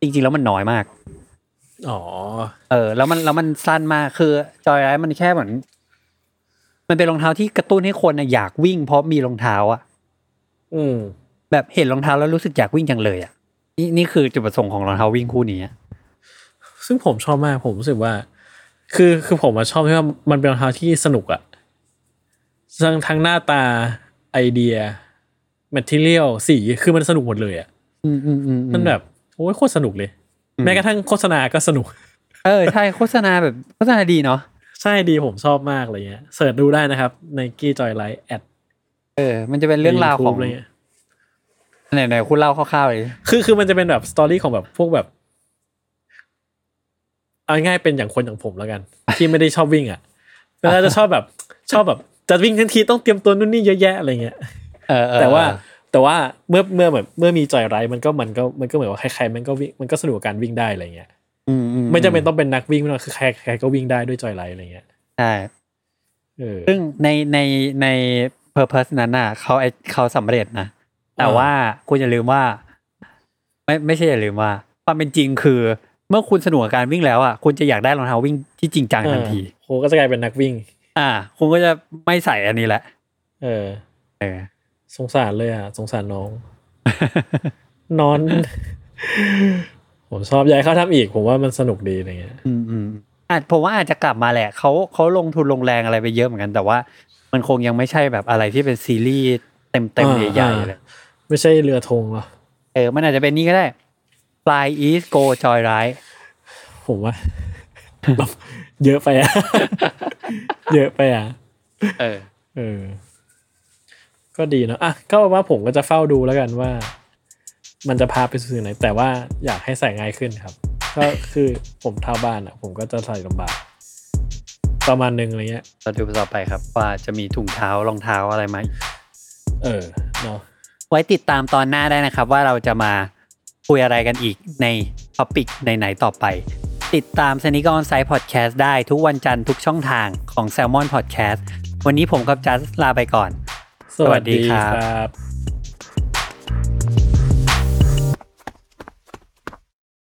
Speaker 2: จริง ๆ แล้วมันน้อยมาก
Speaker 3: อ๋อ
Speaker 2: เออ แล้วมันแล้วมันสั้นมากคือจอยไรมันแค่เหมือน มันเป็นรองเท้าที่กระตุ้นให้คนน่ะอยากวิ่งเพราะมีรองเท้าอะ
Speaker 3: อืม
Speaker 2: แบบเห็นรองเท้าแล้วรู้สึกอยากวิ่งจังเลยอ่ะนี่นี่คือจุดประสงค์ของรองเท้าวิ่งคู่นี้อะ
Speaker 3: ซึ่งผมชอบมากผมรู้สึกว่า คือคือผมอะชอบที่ว่ามันเป็นรองเท้าที่สนุกอะทั้งทั้งหน้าตาไอเดียแมทเทียลสีคือมันสนุกหมดเลยอะ
Speaker 2: อืมอืมอืม
Speaker 3: มันแบบโอ้ยโคตรสนุกเลย
Speaker 2: อื
Speaker 3: แม้กระทั่งโฆษณาก็สนุก
Speaker 2: เออใช่โฆษณาแบบโฆษณาดีเนาะ
Speaker 3: ใช่ดีผมชอบมากอะไรเงี้ยเสิร์ชดูได้นะครับในกี้จอยไลท์แอด
Speaker 2: เออ มันจะเป็นเรื่องราวของ
Speaker 3: อะไรเงี้ย
Speaker 2: ไหนไหนคุณเล่าคร่าวๆเลย
Speaker 3: คือคือมันจะเป็นแบบสตอรี่ของแบบพวกแบบเอาง่ายเป็นอย่างคนอย่างผมแล้วกัน ที่ไม่ได้ชอบวิ่ง
Speaker 2: [LAUGHS]
Speaker 3: อะแล้วจะชอบแบบชอบแบบจะวิ่งทันทีต้องเตรียมตัวนู่นนี่เยอะแยะอะไรเงี้ย
Speaker 2: เออเออ
Speaker 3: แต่ว่าแต่ว่าเมื่อเมื่อแบบเมื่อมีจอยไรด์มันก็มันก็มันก็เหมือนว่าใครๆมันก็วิ่งมันก็สะดวกกับการวิ่งได้อะไรเงี้ย
Speaker 2: อืมอื
Speaker 3: ไม่จำเป็นต้องเป็นนักวิ่งไม่ต้องคือใครใครก็วิ่งได้ด้วยจอยไรด์อะไรเงี้ย
Speaker 2: ใช่
Speaker 3: เออ
Speaker 2: ซึ่งในในในเพอร์เพสนั้นน่ะเขาไอเขาสำเร็จนะ แต่
Speaker 3: เออ
Speaker 2: ว่าคุณอย่าลืมว่า ไม่ไม่ใช่อย่าลืมว่า ความเป็นจริงคือ เมื่อคุณสนุกกับการวิ่งแล้วอ่ะคุณจะอยากได้รองเท้าวิ่งที่จริงจังทันที
Speaker 3: เออโคก็จะกลายเป็นนักวิ่ง
Speaker 2: อ่า คุณก็จะไม่ใส่อันนี้แหละ
Speaker 3: เออ
Speaker 2: เออ
Speaker 3: สงสารเลยอ่ะสงสารน้อง [LAUGHS] นอน [LAUGHS] ผมชอบอยายเขาทำอีก ผมว่ามันสนุกดีอะไรเงี้ย
Speaker 2: อืมอืมอาจผมว่าอาจจะกลับมาแหละเขาเขาลงทุนลงแรงอะไรไปเยอะเหมือนกัน แต่ว่ามันคงยังไม่ใช่แบบอะไรที่เป็นซีรีส์เต็มเต็มๆ
Speaker 3: อ่า
Speaker 2: ใหญ่
Speaker 3: อ่า
Speaker 2: ๆเลย
Speaker 3: ไม่ใช่เรือธงหรอ
Speaker 2: เออมันอาจจะเป็นนี้ก็ได้ Fly East Go Joy Ride
Speaker 3: ผมว่า [LAUGHS] เยอะไปอ่ะ [LAUGHS] เยอะไปอ่ะ
Speaker 2: เออ
Speaker 3: เออ ก็ดีเนอะอ่ะ ก็ว่าผมก็จะเฝ้าดูแล้วกันว่า มันจะพาไปสู่ไหน แต่ว่าอยากให้ใส่ง่ายขึ้นครับ ก็คือผมเท้าบ้านอ่ะ ผมก็จะใส่ลำบาก ประมาณหนึงอะไรเงี้ย
Speaker 2: เราดูต่อไปครับ ว่าจะมีถุงเท้ารองเท้าอะไรไหมาอีก
Speaker 3: เออ เนาะ
Speaker 2: ไว้ติดตามตอนหน้าได้นะครับ ว่าเราจะมาคุยอะไรกันอีกในท็อปิกไหนๆต่อไป ติดตาม s นิกอ n ไซ d ์พอดแคสต์ได้ทุกวันจันทร์ทุกช่องทางของ Salmon Podcast วันนี้ผมกับจัสลาไปก่อน สวัสดีครับ
Speaker 3: สวัสดีบ